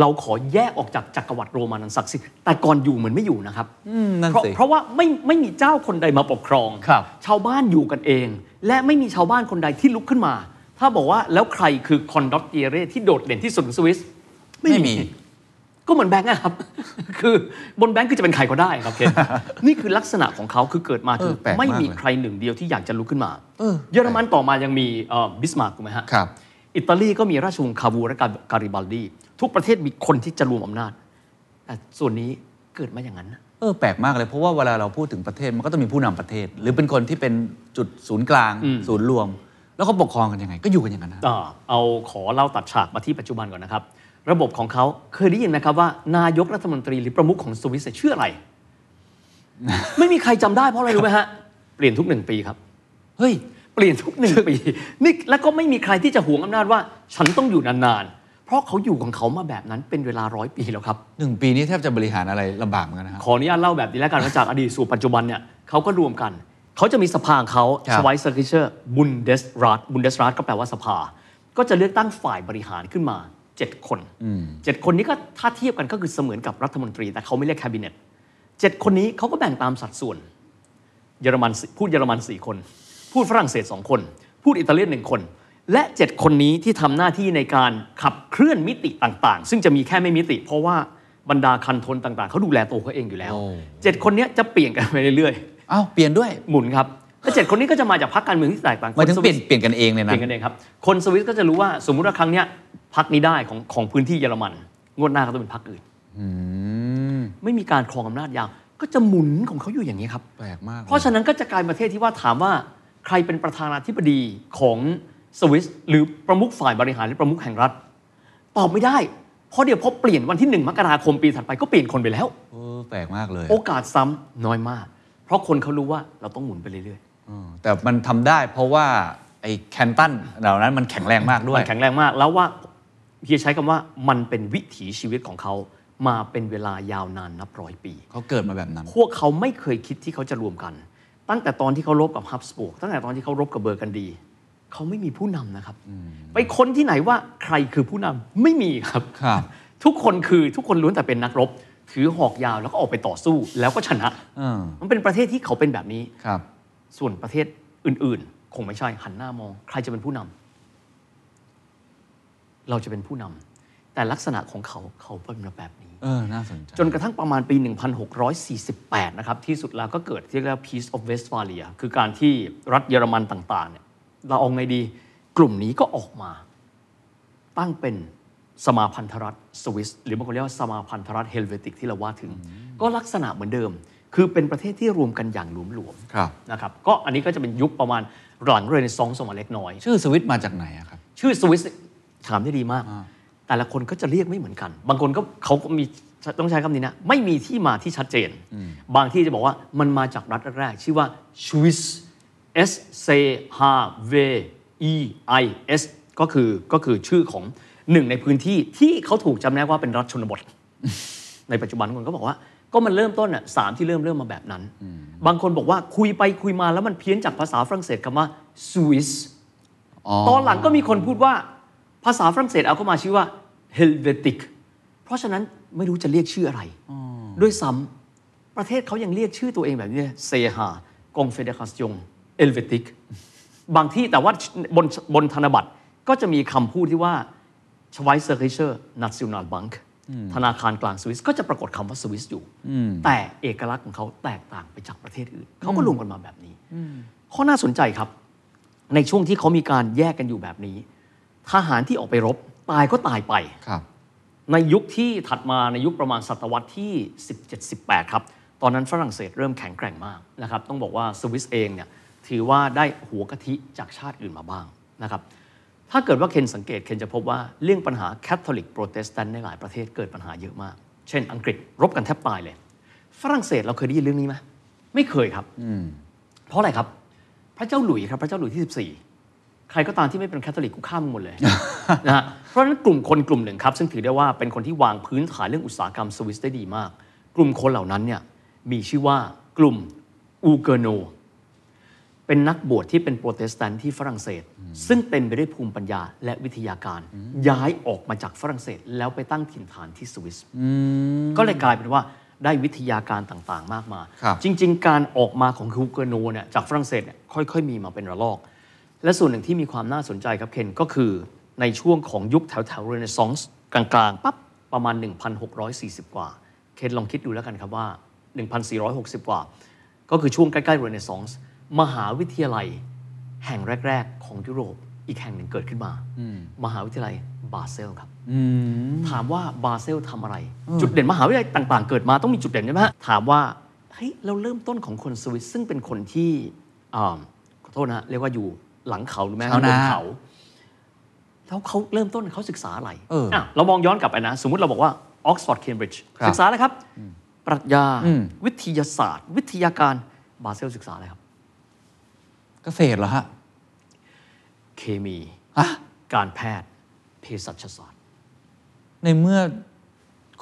เราขอแยกออกจากจักรวรรดิโรมันอันศักดิ์สิทธิ์แต่ก่อนอยู่เหมือนไม่อยู่นะครับ อืมนั่น เพราะ สิ เพราะว่าไม่ไม่มีเจ้าคนใดมาปกครอง ครับ ชาวบ้านอยู่กันเอง และไม่มีชาวบ้านคนใดที่ลุกขึ้นมา ถ้าบอกว่าแล้วใครคือคอนดอตเตียเรที่โดดเด่นที่สุดของสวิส ไม่มี ก็เหมือนแบงค์อะครับ คือบนแบงค์คือจะเป็นใครก็ได้ครับเคน นี่คือลักษณะของเขาคือเกิดมาคือ เออแปลกมาก ไม่มี เลย ใครหนึ่งเดียวที่อยากจะลุกขึ้นมา เออ เยอรมันต่อมายังมีบิสมาร์กถูกไหมฮะ ครับ อิตาลีก็มีราชวงศ์คาบูและการิบัลดี ทุกประเทศมีคนที่จะรวมอำนาจแต่ส่วนนี้เกิดมาอย่างนั้นนะ เออแปลกมากเลยเพราะว่าเวลาเราพูดถึงประเทศมันก็ต้องมีผู้นำประเทศ หรือเป็นคนที่เป็นจุดศูนย์กลาง ศูนย์รวม แล้วเขาปกครองกันยังไง ก็อยู่กันอย่างนั้นนะ อ่าเอาขอเล่าตัดฉากมาที่ปัจจุบันก่อนนะครับ ระบบของเขาเคยได้ยินไหมครับว่า นายกรัฐมนตรีหรือประมุขของสวิสเนี่ยชื่ออะไร ไม่มีใครจำได้เพราะอะไรรู้ไหมฮะ เปลี่ยนทุกหนึ่งปีครับ เฮ้ย เปลี่ยนทุกหนึ่งปี นี่แล้วก็ไม่มีใครที่จะหวงอำนาจว่า ฉันต้องอยู่นานๆ เพราะเขาอยู่ของเขามาแบบนั้นเป็นเวลาร้อยปีแล้วครับ หนึ่งปีนี้แทบจะบริหารอะไรลำบากเหมือนกันนะฮะ ขออนุญาตเล่าแบบนี้แล้วกันว่าจากอดีตสู่ปัจจุบันเนี่ยเขาก็รวมกัน เขาจะมีสภาของเขา ครับ สว e ยเซอร์คิเชอร์บุนเดสรัฐบุนเดสรัฐก็แปลว่าสภา ก็จะเลือกตั้งฝ่ายบริหารขึ้นมา 7 คนเจ็ดคนนี้ก็ถ้าเทียบกันก็คือเสมือนกับรัฐมนตรี แต่เขาไม่เรียกแคบิเนตเจ็ดคนนี้เขาก็แบ่งตามสัดส่วน เยอรมันพูดเยอรมัน 4 คน พูดฝรั่งเศส 2 คน พูดอิตาเลียนหนึ่งคน และ 7 คนนี้ที่ทำหน้าที่ในการขับเคลื่อนมิติต่างๆ ซึ่งจะมีแค่ไม่มิติ เพราะว่าบรรดาคันทนต่างๆ เขาดูแลตัวเขาเองอยู่แล้ว โอ้ 7 คนเนี้ยจะเปลี่ยนกันไปเรื่อย อ้าวเปลี่ยนด้วย ๆ หมุนครับ และเจ็ดคนนี้ก็จะมาจากพรรคการเมืองที่แตกต่าง หมายถึง คส เปลี่ วิ ยน ส เปลี่ยนกันเองเลย เป นะ ลี่ยนกันเองครับ คนสวิสก็จะรู้ว่าสมมุติว่าครั้งเนี้ยพรรคนี้ได้ของของพื้นที่เยอรมันงวดหน้าก็ต้องเป็นพรรคอื่น อืม ไม่มีการครองอำนาจยาวก็จะหมุนของเขาอยู่อย่างนี้ยครับ แปลกมากลย เพราะฉะนั้นก็จะกลายเป็นประเทศที่ว่าถามว่าใครเป็นประธานาธิบดีของสวิสหรือประมุขฝ่ายบริหารหรือประมุขแห่งรัฐ ตอบไม่ได้ เพราะเดี๋ยวพอเปลี่ยนวันที่ 1 มกราคมปีถัดไปก็เปลี่ยนคนไปแล้ว เออแปลกมากเลย โอกาสซ้ำน้อยมาก เพราะคนเขารู้ว่าเราต้องหมุนไปเรื่อย เออแต่มันทำได้เพราะว่าไอ้แคนตันเหล่านั้นมันแข็งแรงมาก ๆ ด้วย มันแข็งแรงมากแล้วว่า เฮียใช้คำว่ามันเป็นวิถีชีวิตของเขามาเป็นเวลายาวนานนับร้อยปี เขาเกิดมาแบบนั้น พวกเขาไม่เคยคิดที่เขาจะรวมกัน ตั้งแต่ตอนที่เขารบกับฮับสบูกตั้งแต่ตอนที่เขารบกับเบอร์กันดี เขาไม่มีผู้นำนะครับ ไปค้นที่ไหนว่าใครคือผู้นำไม่มีครับ ครับ ทุกคนคือทุกคนล้วนแต่เป็นนักรบ ถือหอกยาวแล้วก็ออกไปต่อสู้แล้วก็ชนะ เออ มันเป็นประเทศที่เขาเป็นแบบนี้ ครับ ส่วนประเทศอื่น ๆ คงไม่ใช่หันหน้ามอง ใครจะเป็นผู้นำเราจะเป็นผู้นำแต่ลักษณะของเขาเขาเป็นแบบนี้ เออ น่าสนใจ จนกระทั่งประมาณปี 1648 นะครับ ที่สุดแล้วก็เกิดที่เรียกว่า Peace of Westphalia คือการที่รัฐเยอรมันต่าง ๆ เนี่ย เราเอาไงดี กลุ่มนี้ก็ออกมา ตั้งเป็นสมาพันธรัฐสวิส หรือบางคนเรียกว่าสมาพันธรัฐเฮลเวติกที่เราว่าถึง ก็ลักษณะเหมือนเดิม คือเป็นประเทศที่รวมกันอย่างหลวมๆ ครับ นะครับก็อันนี้ก็จะเป็นยุคประมาณหลังเรเนซองส์ลงมาเล็กน้อย ชื่อสวิตมาจากไหนอะครับ ชื่อสวิสถามได้ดีมาก แต่ละคนก็จะเรียกไม่เหมือนกัน บางคนก็เขาก็มีต้องใช้คำนี้นะ ไม่มีที่มาที่ชัดเจน บางที่จะบอกว่ามันมาจากรัฐแรก ชื่อว่าสวิส S C H V E I S ก็คือก็คือชื่อของหนึ่งในพื้นที่ที่เขาถูกจำแนกว่าเป็นรัฐชนบท ในปัจจุบันคนก็บอกว่าก็มันเริ่มต้นอ่ะสามที่เริ่มเริ่มมาแบบนั้น บางคนบอกว่าคุยไปคุยมาแล้วมันเพี้ยนจากภาษาฝรั่งเศสคำว่าสวิส ตอนหลังก็มีคนพูดว่าภาษาฝรั่งเศสเอาเข้ามาชื่อว่าเฮลเวติก เพราะฉะนั้นไม่รู้จะเรียกชื่ออะไร ด้วยซ้ำประเทศเขายังเรียกชื่อตัวเองแบบนี้เซฮากองเฟเดคาสยงเอลเวติก บางที่แต่ว่าบนบนธนบัตรก็จะมีคำพูดที่ว่าชไวเซอร์เชอร์นัตซินาลบังค์ธนาคารกลางสวิสก็จะปรากฏคำว่าสวิสอยู่ แต่เอกลักษณ์ของเขาแตกต่างไปจากประเทศอื่น เขาก็รวมกันมาแบบนี้ข้อน่าสนใจครับ ในช่วงที่เขามีการแยกกันอยู่แบบนี้ ทหารที่ออกไปรบ ตายก็ตายไป ครับ ในยุคที่ถัดมาในยุคประมาณศตวรรษที่ 17-18 ครับ ตอนนั้นฝรั่งเศสเริ่มแข็งแกร่งมากนะครับ ต้องบอกว่าสวิสเองเนี่ยถือว่าได้หัวกะทิจากชาติอื่นมาบ้างนะครับ ถ้าเกิดว่าเคนสังเกตเคนจะพบว่าเรื่องปัญหาแคทอลิกโปรเตสแตนต์ในหลายประเทศเกิดปัญหาเยอะมาก เช่น อังกฤษรบกันแทบตายเลย ฝรั่งเศสเราเคยได้ยินเรื่องนี้ไหมไม่เคยครับ เพราะอะไรครับ พระเจ้าหลุยส์ครับ พระเจ้าหลุยส์ที่ 14 ใครก็ตามที่ไม่เป็นแคทอลิกกูฆ่ามึงหมดเลย นะฮะเพราะฉะนั้นกลุ่มคนกลุ่มหนึ่งครับ ซึ่งถือได้ว่าเป็นคนที่วางพื้นฐานเรื่องอุตสาหกรรมสวิสได้ดีมาก กลุ่มคนเหล่านั้นเนี่ยมีชื่อว่ากลุ่มอูเกอร์โน เป็นนักบวชที่เป็นโปรเตสแตนต์ที่ฝรั่งเศส ซึ่งเต็มไปด้วยภูมิปัญญาและวิทยาการ ย้ายออกมาจากฝรั่งเศส แล้วไปตั้งถิ่นฐานที่สวิส ก็เลยกลายเป็นว่าได้วิทยาการต่างๆ มากมาย ครับ จริง ๆ การออกมาของฮูเกอร์โนเนี่ยจากฝรั่งเศสเนี่ยค่อย ๆ มีมาเป็นระลอก และส่วนหนึ่งที่มีความน่าสนใจครับเคนก็คือในช่วงของยุคแถวแถวเรเนซองส์กลางๆปั๊บประมาณ 1,640 กว่า เคนลองคิดดูแล้วกันครับว่า 1,460 กว่า ก็คือช่วงใกล้ๆเรเนซองส์มหาวิทยาลัยแห่งแรก ๆ ของยุโรปอีกแห่งหนึ่งเกิดขึ้นมา มหาวิทยาลัยบาเซลครับ ถามว่าบาเซลทำอะไร จุดเด่นมหาวิทยาลัยต่างๆ เกิดมาต้องมีจุดเด่นใช่ไหมฮะถามว่าเฮ้ยเราเริ่มต้นของคนสวิสซึ่งเป็นคนที่อ่าขอโทษนะฮะเรียกว่าอยู่หลังเขาหรือแม้ ชาวนา บนเขาแล้วเขาเริ่มต้นเขาศึกษาอะไร เอออ่ ะเรามองย้อนกลับไปนะ สมมุติเราบอกว่าออกซฟอร์ดเคมบริดจ์ ครับ ศึกษาอะไรครับ ปรัชญา อืม วิทยาศาสตร์ วิทยาการบาเซลศึกษาอะไรครับ เกษตรเหรอฮะ เคมี ฮะ การแพทย์เภสัชศาสตร์ ในเมื่อ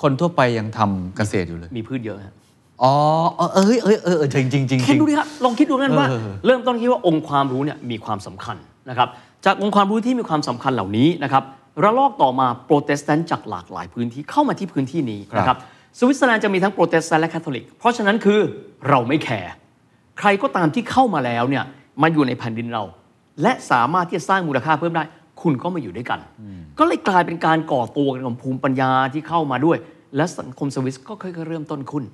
คนทั่วไปยังทำเกษตรอยู่เลย มีพืชเยอะฮะ อ๋อ เออเอ้ยเอ้ยเออเออจริงจริงจริง เคนดูดิครับลองคิดดูกันว่า เออ เริ่มต้นคิดว่าองค์ความรู้เนี่ยมีความสำคัญนะครับจากองค์ความรู้ที่มีความสำคัญเหล่านี้นะครับระลอกต่อมาโปรเตสแตนต์จากหลากหลายพื้นที่เข้ามาที่พื้นที่นี้นะครับสวิตเซอร์แลนด์จะมีทั้งโปรเตสแตนต์และคาทอลิก เพราะฉะนั้นคือเราไม่แคร์ใครก็ตามที่เข้ามาแล้วเนี่ยมาอยู่ในแผ่นดินเรา และสามารถที่จะสร้างมูลค่าเพิ่มได้ คุณก็มาอยู่ด้วยกัน ก็เลยกลายเป็นการก่อตัวกันของภูมิปัญญาที่เข้ามาด้วย และสังคมสวิสก็ค่อยๆเริ่มต้นขึ้น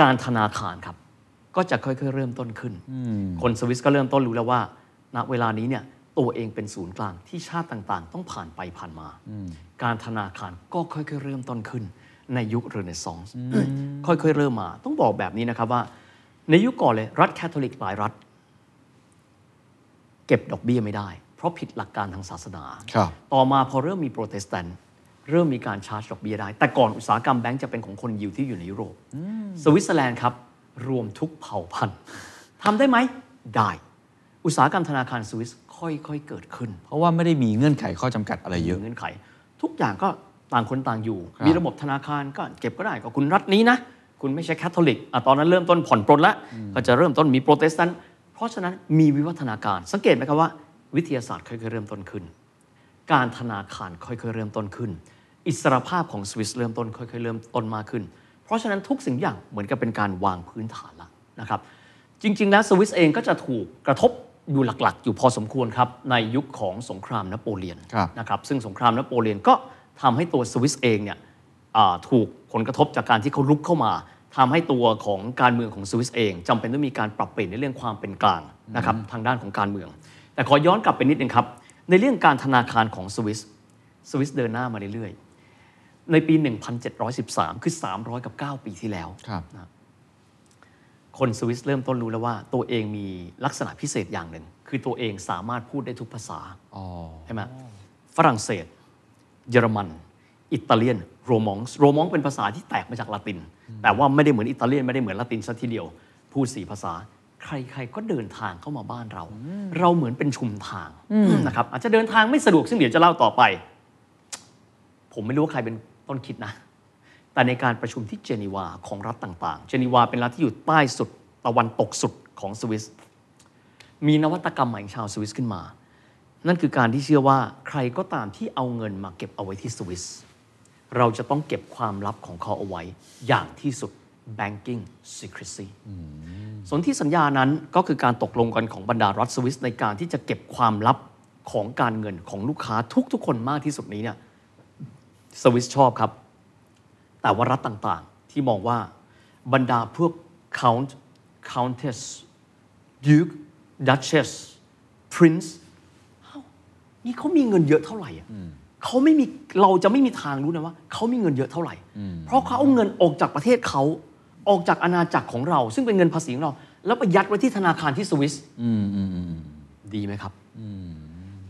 การธนาคารครับ ก็จะค่อยๆ เริ่มต้นขึ้น คนสวิสก็เริ่มต้นรู้แล้วว่า ณ เวลานี้เนี่ยตัวเองเป็นศูนย์กลางที่ชาติต่างๆ ต้องผ่านไปผ่านมา การธนาคารก็ค่อยๆ เริ่มต้นขึ้น ในยุคเรเนซองส์ค่อยๆ เริ่มมา ต้องบอกแบบนี้นะครับว่า ในยุคก่อนเลยรัฐแคทอลิกหลายรัฐ เก็บดอกเบี้ยไม่ได้ เพราะผิดหลักการทางศาสนา ครับ ต่อมาพอเริ่มมีโปรเตสแตนต์เริ่มมีการชาร์จดอกเบี้ยได้ แต่ก่อนอุตสาหกรรมแบงก์จะเป็นของคนยิวที่อยู่ในยุโรป สวิตเซอร์แลนด์ครับ รวมทุกเผ่าพันธุ์ ทำได้ไหม ได้ อุตสาหกรรมธนาคารสวิสค่อยๆเกิดขึ้น เพราะว่าไม่ได้มีเงื่อนไขข้อจำกัดอะไรเยอะ เงื่อนไข ทุกอย่างก็ต่างคนต่างอยู่ ครับ มีระบบธนาคารก็เก็บก็ได้ก็คุณรัฐนี้นะ คุณไม่ใช่แคทอลิกอ่ะตอนนั้นเริ่มต้นผ่อนปลนละก็จะเริ่มต้นมีโปรเตสแตนต์เพราะฉะนั้นมีวิวัฒนาการ สังเกตไหมครับว่า วิทยาศาสตร์ค่อยๆเริ่มต้นขึ้น การธนาคารค่อยๆเริ่มต้นขึ้น อิสรภาพของสวิสเริ่มต้นค่อยๆเริ่มต้นมากขึ้น เพราะฉะนั้นทุกสิ่งอย่างเหมือนกับเป็นการวางพื้นฐานละนะครับ จริงๆ แล้วสวิสเองก็จะถูกกระทบอยู่หลักๆ อยู่พอสมควรครับ ในยุคของสงครามนโปเลียน ครับ นะครับซึ่งสงครามนโปเลียนก็ทำให้ตัวสวิสเองเนี่ยอ่าถูกผลกระทบจากการที่เขาลุกเข้ามาทำให้ตัวของการเมืองของสวิสเองจำเป็นต้องมีการปรับเปลี่ยนในเรื่องความเป็นกลางนะครับทางด้านของการเมือง แต่ขอย้อนกลับไปนิดนึงครับในเรื่องการธนาคารของสวิส สวิสเดินหน้ามาเรื่อยๆ ในปี 1713 คือ 300 กับ 9 ปีที่แล้ว ครับ คนสวิสเริ่มต้นรู้แล้วว่าตัวเองมีลักษณะพิเศษอย่างหนึ่ง คือตัวเองสามารถพูดได้ทุกภาษา อ๋อ ใช่ไหมฝรั่งเศส เยอรมัน อิตาเลียน โรมองส์โรมองเป็นภาษาที่แตกมาจากละติน แต่ว่าไม่ได้เหมือนอิตาเลียน ไม่ได้เหมือนละตินซะทีเดียว พูดสี่ภาษา ใครๆก็เดินทางเข้ามาบ้านเรา เราเหมือนเป็นชุมทางนะครับอาจจะเดินทางไม่สะดวกซึ่งเดี๋ยวจะเล่าต่อไป ผมไม่รู้ว่าใครเป็นต้นคิดนะ แต่ในการประชุมที่เจนีวาของรัฐต่างๆ เจนีวาเป็นรัฐที่อยู่ใต้สุดตะวันตกสุดของสวิส มีนวัตกรรมใหม่ของชาวสวิสขึ้นมา นั่นคือการที่เชื่อว่าใครก็ตามที่เอาเงินมาเก็บเอาไว้ที่สวิส เราจะต้องเก็บความลับของเขาเอาไว้ อย่างที่สุด banking secrecy สนธิสัญญานั้นก็คือการตกลงกันของบรรดารัฐสวิส ในการที่จะเก็บความลับของการเงินของลูกค้าทุกๆ คนมากที่สุดนี้เนี่ยสวิสชอบครับ แต่ว่ารัฐต่างๆ ที่มองว่าบรรดาพวก count countess duke duchess prince เอ้านี่เขามีเงินเยอะเท่าไหร่อะเขาไม่มีเราจะไม่มีทางรู้นะว่าเขามีเงินเยอะเท่าไหร่ เพราะเขาเอาเงินออกจากประเทศเขาออกจากอาณาจักรของเรา ซึ่งเป็นเงินภาษีของเรา แล้วไปยัดไว้ที่ธนาคารที่สวิสดีไหมครับ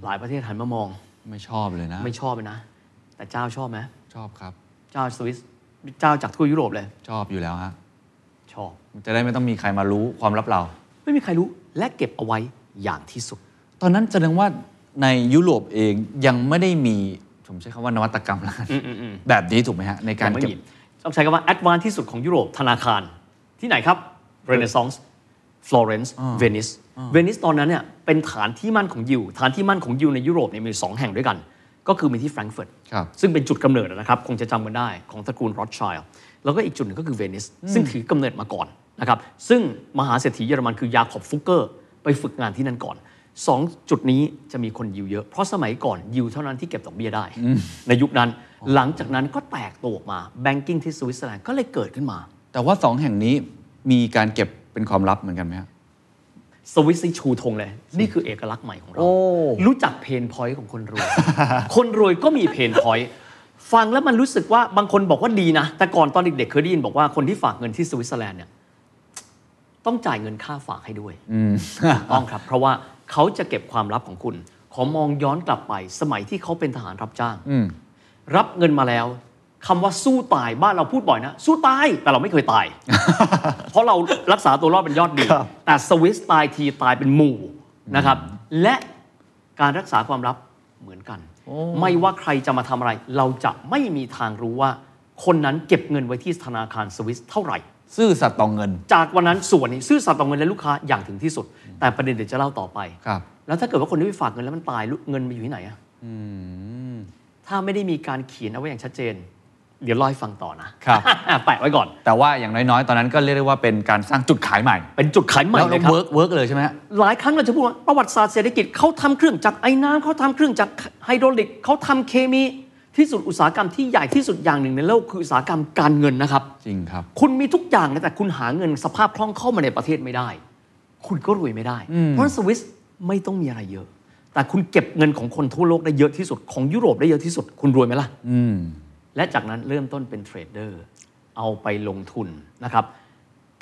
หลายประเทศหันมามอง ไม่ชอบเลยนะ ไม่ชอบเลยนะ แต่เจ้าชอบไหม ชอบครับ เจ้าสวิสเจ้าจากทั่วยุโรปเลย ชอบอยู่แล้วฮะ ชอบ จะได้ไม่ต้องมีใครมารู้ความลับเรา ไม่มีใครรู้และเก็บเอาไว้อย่างที่สุด ตอนนั้นแสดงว่าในยุโรปเองยังไม่ได้มี ผมใช้คำว่านวัตกรรม แล้วกันแบบนี้ถูกไหมฮะ ในการ ไม่ เก็บ มีต้องใช้คำว่าแอดวานที่สุดของยุโรปธนาคาร ที่ไหนครับเรเนซองส์ฟลอเรนซ์เวนิสเวนิสตอนนั้นเนี่ยเป็นฐานที่มั่นของยิวฐานที่มั่นของยิวในยุโรปเนี่ยมีสองแห่งด้วยกัน ก็คือมีที่แฟรงก์เฟิร์ต ครับ ซึ่งเป็นจุดกำเนิดนะครับ คงจะจำกันได้ของตระกูลโรดชัยล์แล้วก็อีกจุดหนึ่งก็คือเวนิสซึ่งถือกำเนิดมาก่อนนะครับซึ่งมหาเศรษฐีเยอรมันคือยาขอบฟุกเกอร์ไปฝึกงานที่นั่นก่อนสองจุดนี้จะมีคนยิวเยอะเพราะสมัยก่อนยิวเท่านั้นที่เก็บดอกเบี้ยได้ ในยุคนั้นหลังจากนั้นก็แตกตัวออกมาแบงกิ้งที่สวิตเซอร์แลนด์ก็เลยเกิดขึ้นมา แต่ว่าสองแห่งนี้มีการเก็บเป็นความลับเหมือนกันไหมฮะ สวิสนี่ชูธงเลย นี่คือเอกลักษณ์ใหม่ของเรา โอ้ รู้จักเพนพอยต์ของคนรวย คนรวยก็มีเพนพอยต์ฟังแล้วมันรู้สึกว่าบางคนบอกว่าดีนะ แต่ก่อนตอนเด็กๆเคยได้ยินบอกว่าคนที่ฝากเงินที่สวิตเซอร์แลนด์เนี่ยต้องจ่ายเงินค่าฝากให้ด้วยถูกต้องครับ เพราะว่าเขาจะเก็บความลับของคุณ ขอมองย้อนกลับไป สมัยที่เขาเป็นทหารรับจ้าง อืม รับเงินมาแล้วคำว่าสู้ตายบ้านเราพูดบ่อยนะ สู้ตายแต่เราไม่เคยตาย เพราะเรารักษาตัวรอดเป็นยอดดี ครับ แต่สวิสตายทีตายเป็นหมู่นะครับ และการรักษาความลับเหมือนกัน ไม่ว่าใครจะมาทำอะไร เราจะไม่มีทางรู้ว่า คนนั้นเก็บเงินไว้ที่ธนาคารสวิสเท่าไหร่ ซื่อสัตย์ต่อเงิน จากวันนั้นส่วนนี้ซื่อสัตย์ต่อเงินและลูกค้าอย่างถึงที่สุด แต่ประเด็นเดี๋ยวจะเล่าต่อไป ครับ แล้วถ้าเกิดว่าคนที่ไปฝากเงินแล้วมันตายลุเงินมันอยู่ที่ไหนอะถ้าไม่ได้มีการเขียนเอาไว้อย่างชัดเจน เดี๋ยวเล่าให้ฟังต่อนะครับ แปะไว้ก่อน แต่ว่าอย่างน้อยๆ ตอนนั้นก็เรียกได้ว่าเป็นการสร้างจุดขายใหม่ เป็นจุดขายใหม่ แล้ว เลยครับ เวิร์กเวิร์กเลยใช่ไหมฮะ หลายครั้งเราจะพูดว่าประวัติศาสตร์เศรษฐกิจเขาทำเครื่องจักรไอ้น้ำเขาทำเครื่องจักรไฮดรอลิกเขาทำเคมีที่สุดอุตสาหกรรมที่ใหญ่ที่สุดอย่างหนึ่งในโลกคืออุตสาหกรรมการเงินนะครับ จริงครับ คุณมีทุกอย่างนะแต่คุณหาเงินสภาพคล่องเข้ามาในประเทศไม่ได้ คุณก็รวยไม่ได้ เพราะฉะนั้นสวิสไม่ต้องมีอะไรเยอะ แต่คุณเก็บเงินของคนทั่วโลกได้เยอะที่สุดของยุโรปได้เยอะที่สุด คุณรวยไหมล่ะ อืม และจากนั้นเริ่มต้นเป็นเทรดเดอร์ เอาไปลงทุนนะครับ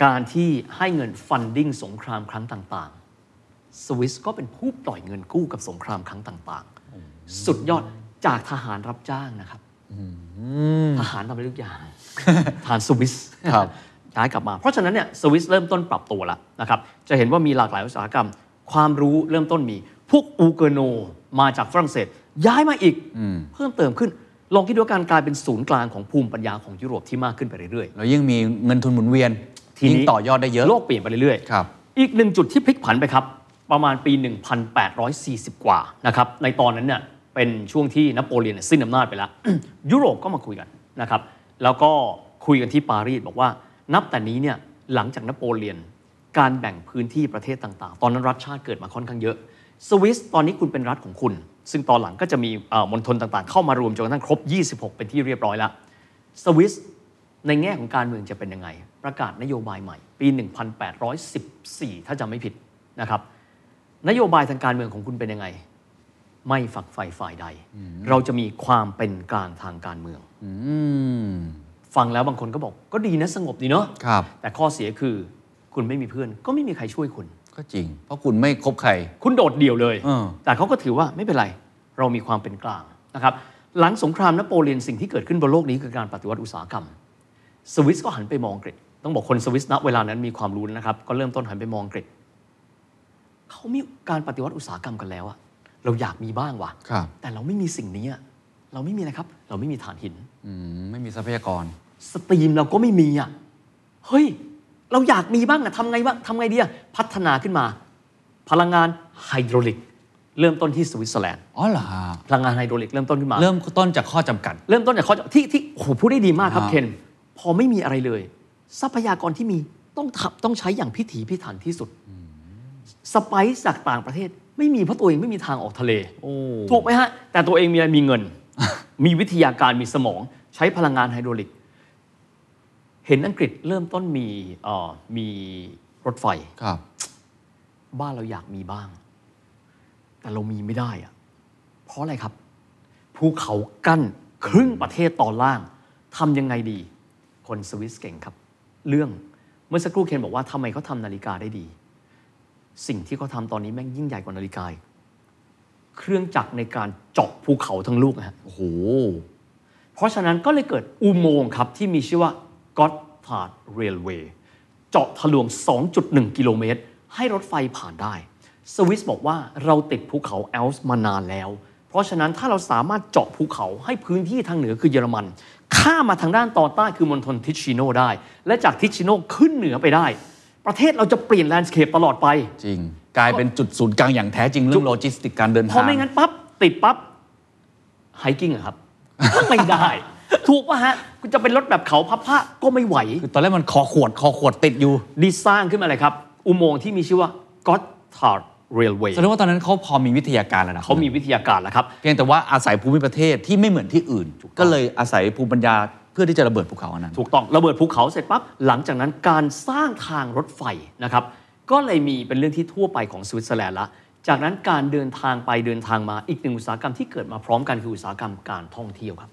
การที่ให้เงินฟันดิ้งสงครามครั้งต่างๆ สวิสก็เป็นผู้ปล่อยเงินกู้กับสงครามครั้งต่างๆ สุดยอดจากทหารรับจ้างนะครับทหารทำได้ทุกอย่าง ทหารสวิส ครับ ย้ายกลับมา เพราะฉะนั้นเนี่ยสวิสเริ่มต้นปรับตัวแล้วนะครับ จะเห็นว่ามีหลากหลายอุตสาหกรรม ความรู้เริ่มต้นมี พวกอูเกอร์โนมาจากฝรั่งเศส ย้ายมาอีกเพิ่มเติมขึ้น ลองคิดดูว่าการกลายเป็นศูนย์กลางของภูมิปัญญาของยุโรปที่มากขึ้นไปเรื่อย แล้วยิ่งมีเงินทุนหมุนเวียน ทีนี้ ยิ่งต่อยอดได้เยอะ ๆ โลกเปลี่ยนไปเรื่อยๆ ครับ อีกหนึ่งจุดที่พลิกผันไปครับ ประมาณปี 1840 กว่านะครับในตอนนั้นเนี่ยเป็นช่วงที่นโปเลียนเนี่ยสิ้นอำนาจไปแล้ว ยุโรปก็มาคุยกันนะครับแล้วก็คุยกันที่ปารีสบอกว่า นับแต่นี้เนี่ยหลังจากนโปเลียน การแบ่งพื้นที่ประเทศต่างๆ ตอนนั้นรัฐชาติเกิดมาค่อนข้างเยอะ สวิสตอนนี้คุณเป็นรัฐของคุณ ซึ่งตอนหลังก็จะมีเอ่อมณฑลต่างๆ เข้ามารวมจนกระทั่งครบ 26 เป็นที่เรียบร้อยแล้ว สวิสในแง่ของการเมืองจะเป็นยังไง ประกาศนโยบายใหม่ ปี 1814 ถ้าจำไม่ผิดนะครับ นโยบายทางการเมืองของคุณเป็นยังไง ไม่ฝักใฝ่ฝ่ายใด เราจะมีความเป็นกลางทางการเมือง อืม ฟังแล้วบางคนก็บอกก็ดีนะสงบดีเนาะ ครับ แต่ข้อเสียคือคุณไม่มีเพื่อน ก็ไม่มีใครช่วยคุณ ก็จริง เพราะคุณไม่คบใคร คุณโดดเดี่ยวเลย เออ แต่เขาก็ถือว่าไม่เป็นไร เรามีความเป็นกลางนะครับ หลังสงครามนโปเลียนสิ่งที่เกิดขึ้นบนโลกนี้คือการปฏิวัติอุตสาหกรรม สวิสก็หันไปมองอังกฤษ ต้องบอกคนสวิสณเวลานั้นมีความรู้นะครับ ก็เริ่มต้นหันไปมองอังกฤษ เขามีการปฏิวัติอุตสาหกรรมกันแล้วอะเราอยากมีบ้างว่ะ ครับ แต่เราไม่มีสิ่งนี้อะเราไม่มีอะไรครับ เราไม่มีฐานหิน อืมไม่มีทรัพยากร สตรีมเราก็ไม่มีอ่ะ เฮ้ย เราอยากมีบ้างอะทำไงบ้างทำไงดีอะพัฒนาขึ้นมา พลังงานไฮโดรลิก เริ่มต้นที่สวิตเซอร์แลนด์ อ๋อเหรอฮะ พลังงานไฮโดรลิกเริ่มต้นขึ้นมา เริ่มต้นจากข้อจำกัด เริ่มต้นจากข้อที่ที่โอ้โหพูดได้ดีมากครับ อ่า เคนพอไม่มีอะไรเลย ทรัพยากรที่มีต้องทำต้องใช้อย่างพิถีพิถันที่สุด สไปซ์จากต่างประเทศ ไม่มีเพราะตัวเองไม่มีทางออกทะเล โอ้ ถูกไหมฮะ แต่ตัวเองมีอะไรมีเงิน มีวิทยาการมีสมอง ใช้พลังงานไฮโดรลิก เห็นอังกฤษเริ่มต้นมีเอ่อมีรถไฟ ครับ บ้านเราอยากมีบ้าง แต่เรามีไม่ได้อะเพราะอะไรครับ ภูเขากั้นครึ่งประเทศตอนล่างทำยังไงดี คนสวิสเก่งครับ เรื่องเมื่อสักครู่เคนบอกว่าทำไมเขาทำนาฬิกาได้ดี สิ่งที่เขาทำตอนนี้แม่งยิ่งใหญ่กว่านาฬิกาอีกเครื่องจักรในการเจาะภูเขาทั้งลูกนะฮะ โอ้โห เพราะฉะนั้นก็เลยเกิดอุโมงค์ครับ ที่มีชื่อว่า Gotthard Railway เจาะทะลวง 2.1 กิโลเมตร ให้รถไฟผ่านได้ สวิสบอกว่าเราติดภูเขาแอลส์มานานแล้ว เพราะฉะนั้นถ้าเราสามารถเจาะภูเขาให้พื้นที่ทางเหนือคือเยอรมัน ข้ามมาทางด้านตอนใต้คือมณฑลทิชชิโนได้ และจากทิชชิโนขึ้นเหนือไปได้ ประเทศเราจะเปลี่ยนแลนด์สเคปตลอดไป จริง กลายเป็นจุดศูนย์กลางอย่างแท้จริงเรื่องโลจิสติกการเดิน เพ ทาง ราะไม่งั้นปั๊บ ติดปั๊บไฮกิ้งอะครับ ไม่ได้ ถูกป่ะฮะคุณจะเป็นรถแบบเขาพับผ้าก็ไม่ไหว คือตอนแรกมันคอขวดคอขวดติดอยู่ ดีสร้างขึ้นมาเลยครับ อุโมงค์ที่มีชื่อว่า Gotthard Railway แสดงว่าตอนนั้นเขาพอมีวิทยาการแล้วนะ เขามีวิทยาการแล้วครับ เพียงแต่ว่าอาศัยภูมิประเทศที่ไม่เหมือนที่อื่น ก็เลยอาศัยภูมิปัญญาเพื่อที่จะระเบิดภูเขาอันนั้น ถูกต้องระเบิดภูเขาเสร็จปั๊บ หลังจากนั้นการสร้างทางรถไฟนะครับ ก็เลยมีเป็นเรื่องที่ทั่วไปของสวิตเซอร์แลนด์ละ จากนั้นการเดินทางไปเดินทางมาอีกหนึ่งอุตสาหกรรมที่เกิดมาพร้อมกันคืออุตสาหกรรมการท่องเที่ยวครับ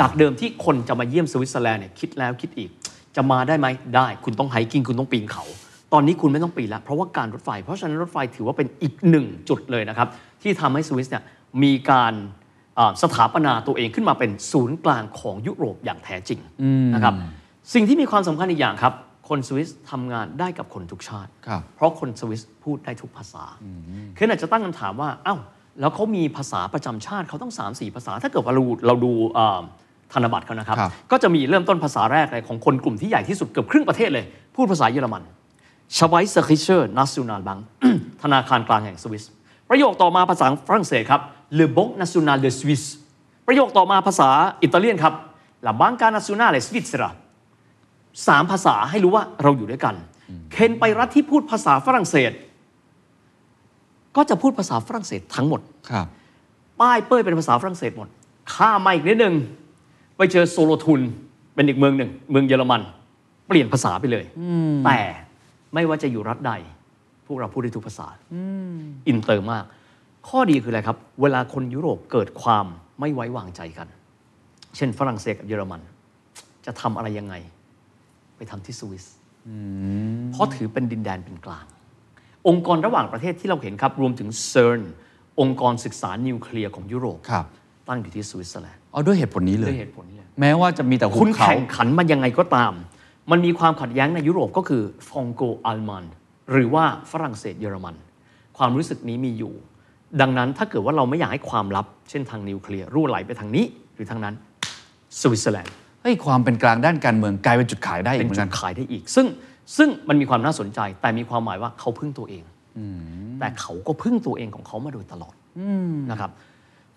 จากเดิมที่คนจะมาเยี่ยมสวิตเซอร์แลนด์เนี่ยคิดแล้วคิดอีก จะมาได้ไหมได้ คุณต้องไฮกิ้งคุณต้องปีนเขา ตอนนี้คุณไม่ต้องปีนแล้วเพราะว่าการรถไฟ เพราะฉะนั้นรถไฟถือว่าเป็นอีกหนึ่งจุดเลยนะครับ ที่ทำให้สวิสเนี่ยมีการเอ่อสถาปนาตัวเองขึ้นมาเป็นศูนย์กลางของยุโรปอย่างแท้จริงนะครับสิ่งที่มีความสำคัญอีกอย่างครับ คนสวิสทำงานได้กับคนทุกชาติ ครับ เพราะคนสวิสพูดได้ทุกภาษาคืออาจจะตั้งคำถามว่า เอ้า แล้วเขามีภาษาประจำชาติเขาต้อง 3 4 ภาษา ถ้าเกิดว่าเราเราดูเอ่อธนบัตรเขานะครับ ครับ ก็จะมีเริ่มต้นภาษาแรกเลยของคนกลุ่มที่ใหญ่ที่สุดเกือบครึ่งประเทศเลย พูดภาษาเยอรมันชไวซ์คิเชอร์นัสซูนาลบัง ธนาคารกลางแห่งสวิส ประโยคต่อมาภาษาฝรั่งเศสครับเลบงนัสซูนาลเดสวิสประโยคต่อมาภาษาอิตาเลียนครับลาบังการนัสซูนาเลสวิตเซรา สามภาษาให้รู้ว่าเราอยู่ด้วยกัน เคนไปรัฐที่พูดภาษาฝรั่งเศส ก็จะพูดภาษาฝรั่งเศสทั้งหมด ครับ ป้ายเป้ยเป็นภาษาฝรั่งเศสหมด ข้ามมาอีกนิดนึง ไปเจอโซโลทุนเป็นอีกเมืองหนึ่ง เมืองเยอรมัน เปลี่ยนภาษาไปเลย แต่ไม่ว่าจะอยู่รัฐใด พวกเราพูดได้ทุกภาษาอินเตอร์มาก ข้อดีคืออะไรครับ เวลาคนยุโรปเกิดความไม่ไว้วางใจกัน เช่นฝรั่งเศสกับเยอรมัน จะทำอะไรยังไง ไปทำที่สวิสเพราะถือเป็นดินแดนเป็นกลาง องค์กรระหว่างประเทศที่เราเห็นครับ รวมถึงเซิร์นองค์กรศึกษานิวเคลียร์ของยุโรป ครับ ตั้งอยู่ที่สวิตเซอร์แลนด์ เอาด้วยเหตุผลนี้เล ด้วย ยเหตุผลนี้แหละ แม้ว่าจะมีแต่ คุ ภู ณ เขา แข่งขันมันยังไงก็ตาม มันมีความขัดแย้งในยุโรปก็คือฟองโกอัลมันหรือว่าฝรั่งเศสเยอรมัน ความรู้สึกนี้มีอยู่ ดังนั้นถ้าเกิดว่าเราไม่อยากให้ความลับ เช่นทางนิวเคลียร์รั่วไหลไปทางนี้ ห คือทั้งนั้นสวิตเซอร์แลนด์ เฮ้ยความเป็นกลางด้านการเมืองกลายเป็นจุดขายได้อีก เป็น เหมือน จุ กั ด น ขายได้อีก ซึ่งซึ่งมันมีความน่าสนใจ แต่มีความหมายว่าเขาพึ่งตัวเอง แต่เขาก็พึ่งตัวเองของเขามาโดยตลอดนะครับ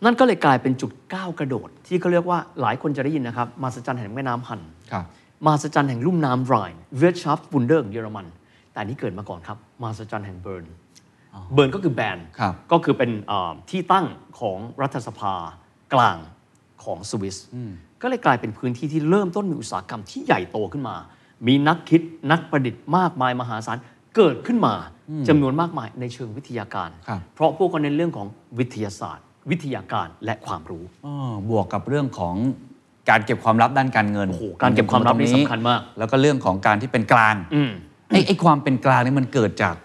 นั่นก็เลยกลายเป็นจุดก้าวกระโดด ที่เขาเรียกว่าหลายคนจะได้ยินนะครับมาสจันแห่งแม่น้ำหัน ครับ มหัศจรรย์แห่งลุ่มน้ำไรน์เวชชัฟบุนเดอร์ของเยอรมัน แต่อันนี้เกิดมาก่อนครับมหัศจรรย์แห่งเบิร์น เบิร์นก็คือแบน ครับ ก็คือเป็นเอ่อที่ตั้งของรัฐสภากลางของสวิสก็เลยกลายเป็นพื้นที่ที่เริ่มต้นมีอุตสาหกรรมที่ใหญ่โตขึ้นมา มีนักคิดนักประดิษฐ์มากมายมหาศาลเกิดขึ้นมาจำนวนมากมายในเชิงวิทยาการ ครับ เพราะพวกเขาเน้นเรื่องของวิทยาศาสตร์ วิทยาการและความรู้ อ้อบวกกับเรื่องของการเก็บความลับด้านการเงิน โอ้โหการเก็บความลับนี่ ตรง สำคัญมาก แล้วก็เรื่องของการที่เป็นกลาง อืม ไอ้ไอ้ความเป็นกลางนี่มันเกิดจาก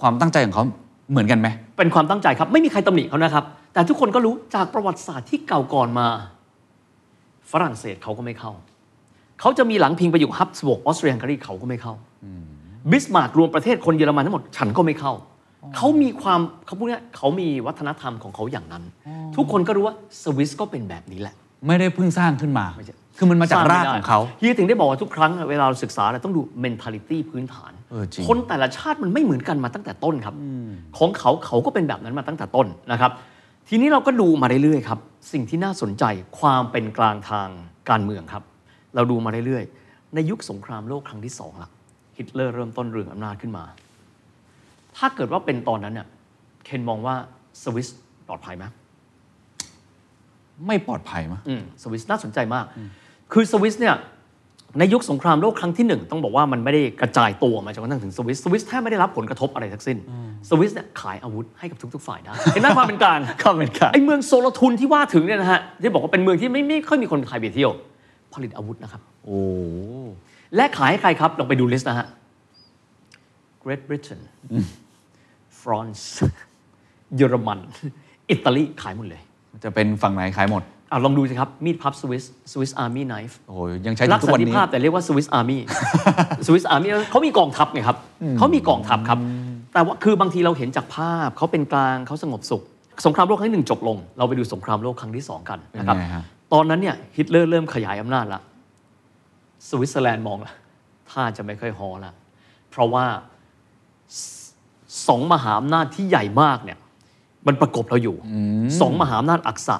ความตั้งใจของเขาเหมือนกันไหม เป็นความตั้งใจครับ ไม่มีใครตำหนิเขานะครับ แต่ทุกคนก็รู้จากประวัติศาสตร์ที่เก่าก่อนมา ฝรั่งเศสเขาก็ไม่เข้า เขาจะมีหลังพิงไปอยู่ฮับสบวกออสเตรียฮังการีเขาก็ไม่เข้าบิสมาร์กรวมประเทศคนเยอรมันทั้งหมดฉันก็ไม่เข้า เขามีความเขาพูดง่ายๆเขามีวัฒนธรรมของเขาอย่างนั้น ทุกคนก็รู้ว่าสวิสก็เป็นแบบนี้แหละ ไม่ได้เพิ่งสร้างขึ้นมา ไม่ใช่ คือมันมาจากรากของเขา เฮียถึงได้บอกว่าทุกครั้งอะเวลาเราศึกษาเราต้องดู mentality พื้นฐาน เออจริง คนแต่ละชาติมันไม่เหมือนกันมาตั้งแต่ต้นครับ ของเขาเขาก็เป็นแบบนั้นมาตั้งแต่ต้นนะครับ ทีนี้เราก็ดูมาเรื่อยๆครับ สิ่งที่น่าสนใจความเป็นกลางทางการเมืองครับ เราดูมาเรื่อยๆ ในยุคสงครามโลกครั้งที่สองละฮิตเลอร์เริ่มต้นเรืองอำนาจขึ้นมา ถ้าเกิดว่าเป็นตอนนั้นเนี่ยเคนมองว่าสวิสปลอดภัยไหม ไม่ปลอดภัยมั้ย อืมสวิสน่าสนใจมาก คือสวิสเนี่ยในยุคสงครามโลกครั้งที่หนึ่งต้องบอกว่ามันไม่ได้กระจายตัวมาจนกระทั่งถึงสวิสสวิสแทบไม่ได้รับผลกระทบอะไรทั้งสิ้น สวิสเนี่ยขายอาวุธให้กับทุกๆฝ่ายได้ เห็นหน้าความเป็นก ลาง ความเป็นกลาง ไอเมืองโซโลทุนที่ว่าถึงเนี่ยนะฮะที่บอกว่าเป็นเมืองที่ไม่ไม่ค่อยมีคนไทยไปเที่ยว ผลิตอาวุธนะครับ โอ้โห และขายให้ใครครับลองไปดูลิสต์นะฮะ Great Britain France เยอรมัน อิตาลีขายหมดเลย จะเป็นฝั่งไหนขายหมด อ่ะลองดูสิครับมีดพับสวิสสวิสอาร์มี่ไนฟ์ โอ้โหยังใช้ถึ รัก งทุก สั วัน นติ นี้ ภาพแต่เรียกว่าสวิสอาร์ มี่ สวิสอาร์มี่เขามีกองทัพไงครับเขามีกองทัพครับ แต่ว่าคือบางทีเราเห็นจากภาพเขาเป็นกลางเขาสงบสุข สงครามโลกครั้งที่หนึ่งจบลง เราไปดูสงครามโลกครั้งที่สองกันนะครับ เป็นไงฮะ ตอนนั้นเนี่ยฮิตเลอร์เริ่มขยายอำนาจละสวิตเซอร์แลนด์มองละถ้าจะไม่ค่อยฮอละเพราะว่าสสองมหาอำนาจที่ใหญ่มากเนี่ยมันประกบเราอยู่สองมหาอำนาจอักษะ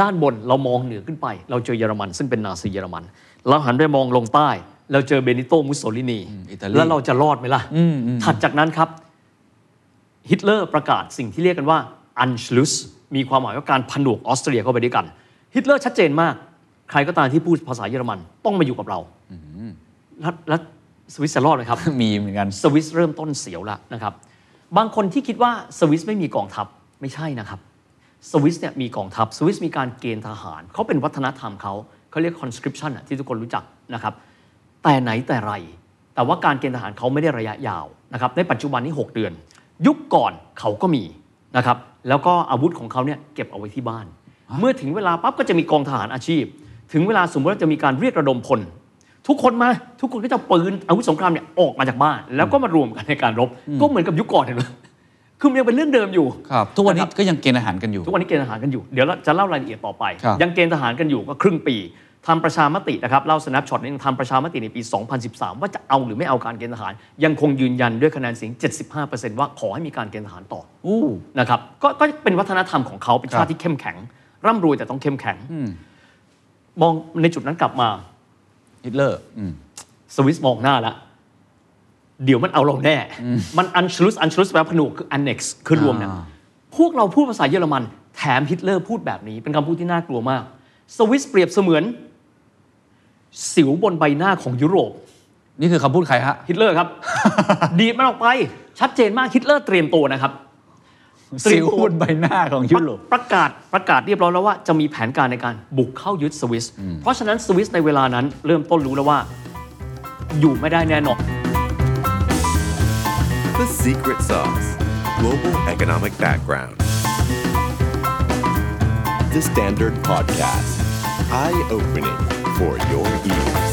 ด้านบนเรามองเหนือขึ้นไป เราเจอเยอรมันซึ่งเป็นนาซีเยอรมัน เราหันไปมองลงใต้ เราเจอเบนิโตมุสโสลินี อืมอิตาลี แล้วเราจะรอดไหมล่ะ ถัดจากนั้นครับ ฮิตเลอร์ประกาศสิ่งที่เรียกกันว่าอันชลุสมีความหมายว่าการผนวกออสเตรียเข้าไปด้วยกัน ฮิตเลอร์ชัดเจนมาก ใครก็ตามที่พูดภาษาเยอรมันต้องมาอยู่กับเราแล้วแล้วสวิสจะรอดไหมครับ มีเหมือนกัน สวิสเริ่มต้นเสียวละนะครับ บางคนที่คิดว่าสวิสไม่มีกองทัพไม่ใช่นะครับ สวิสเนี่ยมีกองทัพ สวิสมีการเกณฑ์ทหาร เขาเป็นวัฒนธรรมเขาเขาเรียก conscription อะที่ทุกคนรู้จักนะครับ แต่ไหนแต่ไร แต่ว่าการเกณฑ์ทหารเขาไม่ได้ระยะยาวนะครับ ในปัจจุบันนี้ 6 เดือน ยุคก่อนเขาก็มีนะครับ แล้วก็อาวุธของเขาเนี่ยเก็บเอาไว้ที่บ้าน เมื่อถึงเวลาปั๊บก็จะมีกองทหารอาชีพ ถึงเวลาสมมติว่าจะมีการเรียกระดมพล ทุกคนมาทุกคนก็จะเอาปืนอาวุธสงครามเนี่ยออกมาจากบ้าน แล้วก็มารวมกันในการรบ ก็เหมือนกับยุคก่อนเห็นไหมคือมันยังเป็นเรื่องเดิมอยู่ ครับ ทุกวันนี้ นะครับ ก็ยังเกณฑ์อาหารกันอยู่ ทุกวันนี้เกณฑ์ทหารกันอยู่ เดี๋ยวเราจะเล่ารายละเอียดต่อไป ครับ ยังเกณฑ์ทหารกันอยู่ก็ครึ่งปีทำประชามตินะครับ เล่า snapshot นี้ทำประชามติในปี 2013 ว่าจะเอาหรือไม่เอาการเกณฑ์ทหาร ยังคงยืนยันด้วยคะแนนเสียง 75%ว่าขอให้มีการเกณฑ์ทหารต่อ อู้ นะครับกก็เป็นวัฒนธรรมของเขาเป็น ครั ชา บ ติที่เข้มแข็ง ร่ำรวยแต่ต้องเข้มแข็ง มองในจุดนั้นกลับมา ฮิตเลอร์อืม สวิสมองหน้าละ เดี๋ยวมันเอาเราแน่ มันอันชลุสอันชลุสแปลว่าผนวกคือ annex คือรวมเนี่ย อ่า พวกเราพูดภาษาเยอรมัน แถมฮิตเลอร์พูดแบบนี้ เป็นคำพูดที่น่ากลัวมาก สวิสเปรียบเสมือน สิวบนใบหน้าของยุโรป นี่คือคำพูดใครฮะ ฮิตเลอร์ ครับ ดีดมันออกไป ชัดเจนมากฮิตเลอร์เตรียมตัวนะครับ สิ สิ ว วบนใบหน้าของยุโรป ประกาศประกาศเรียบร้อยแล้วว่าจะมีแผนการในการบุกเข้ายึดสวิส เพราะฉะนั้นสวิสในเวลานั้นเริ่มต้นรู้แล้วว่า อยู่ไม่ได้แน่นอน The Secret Sauce Global Economic Background. The Standard Podcast. Eye opening for your ears.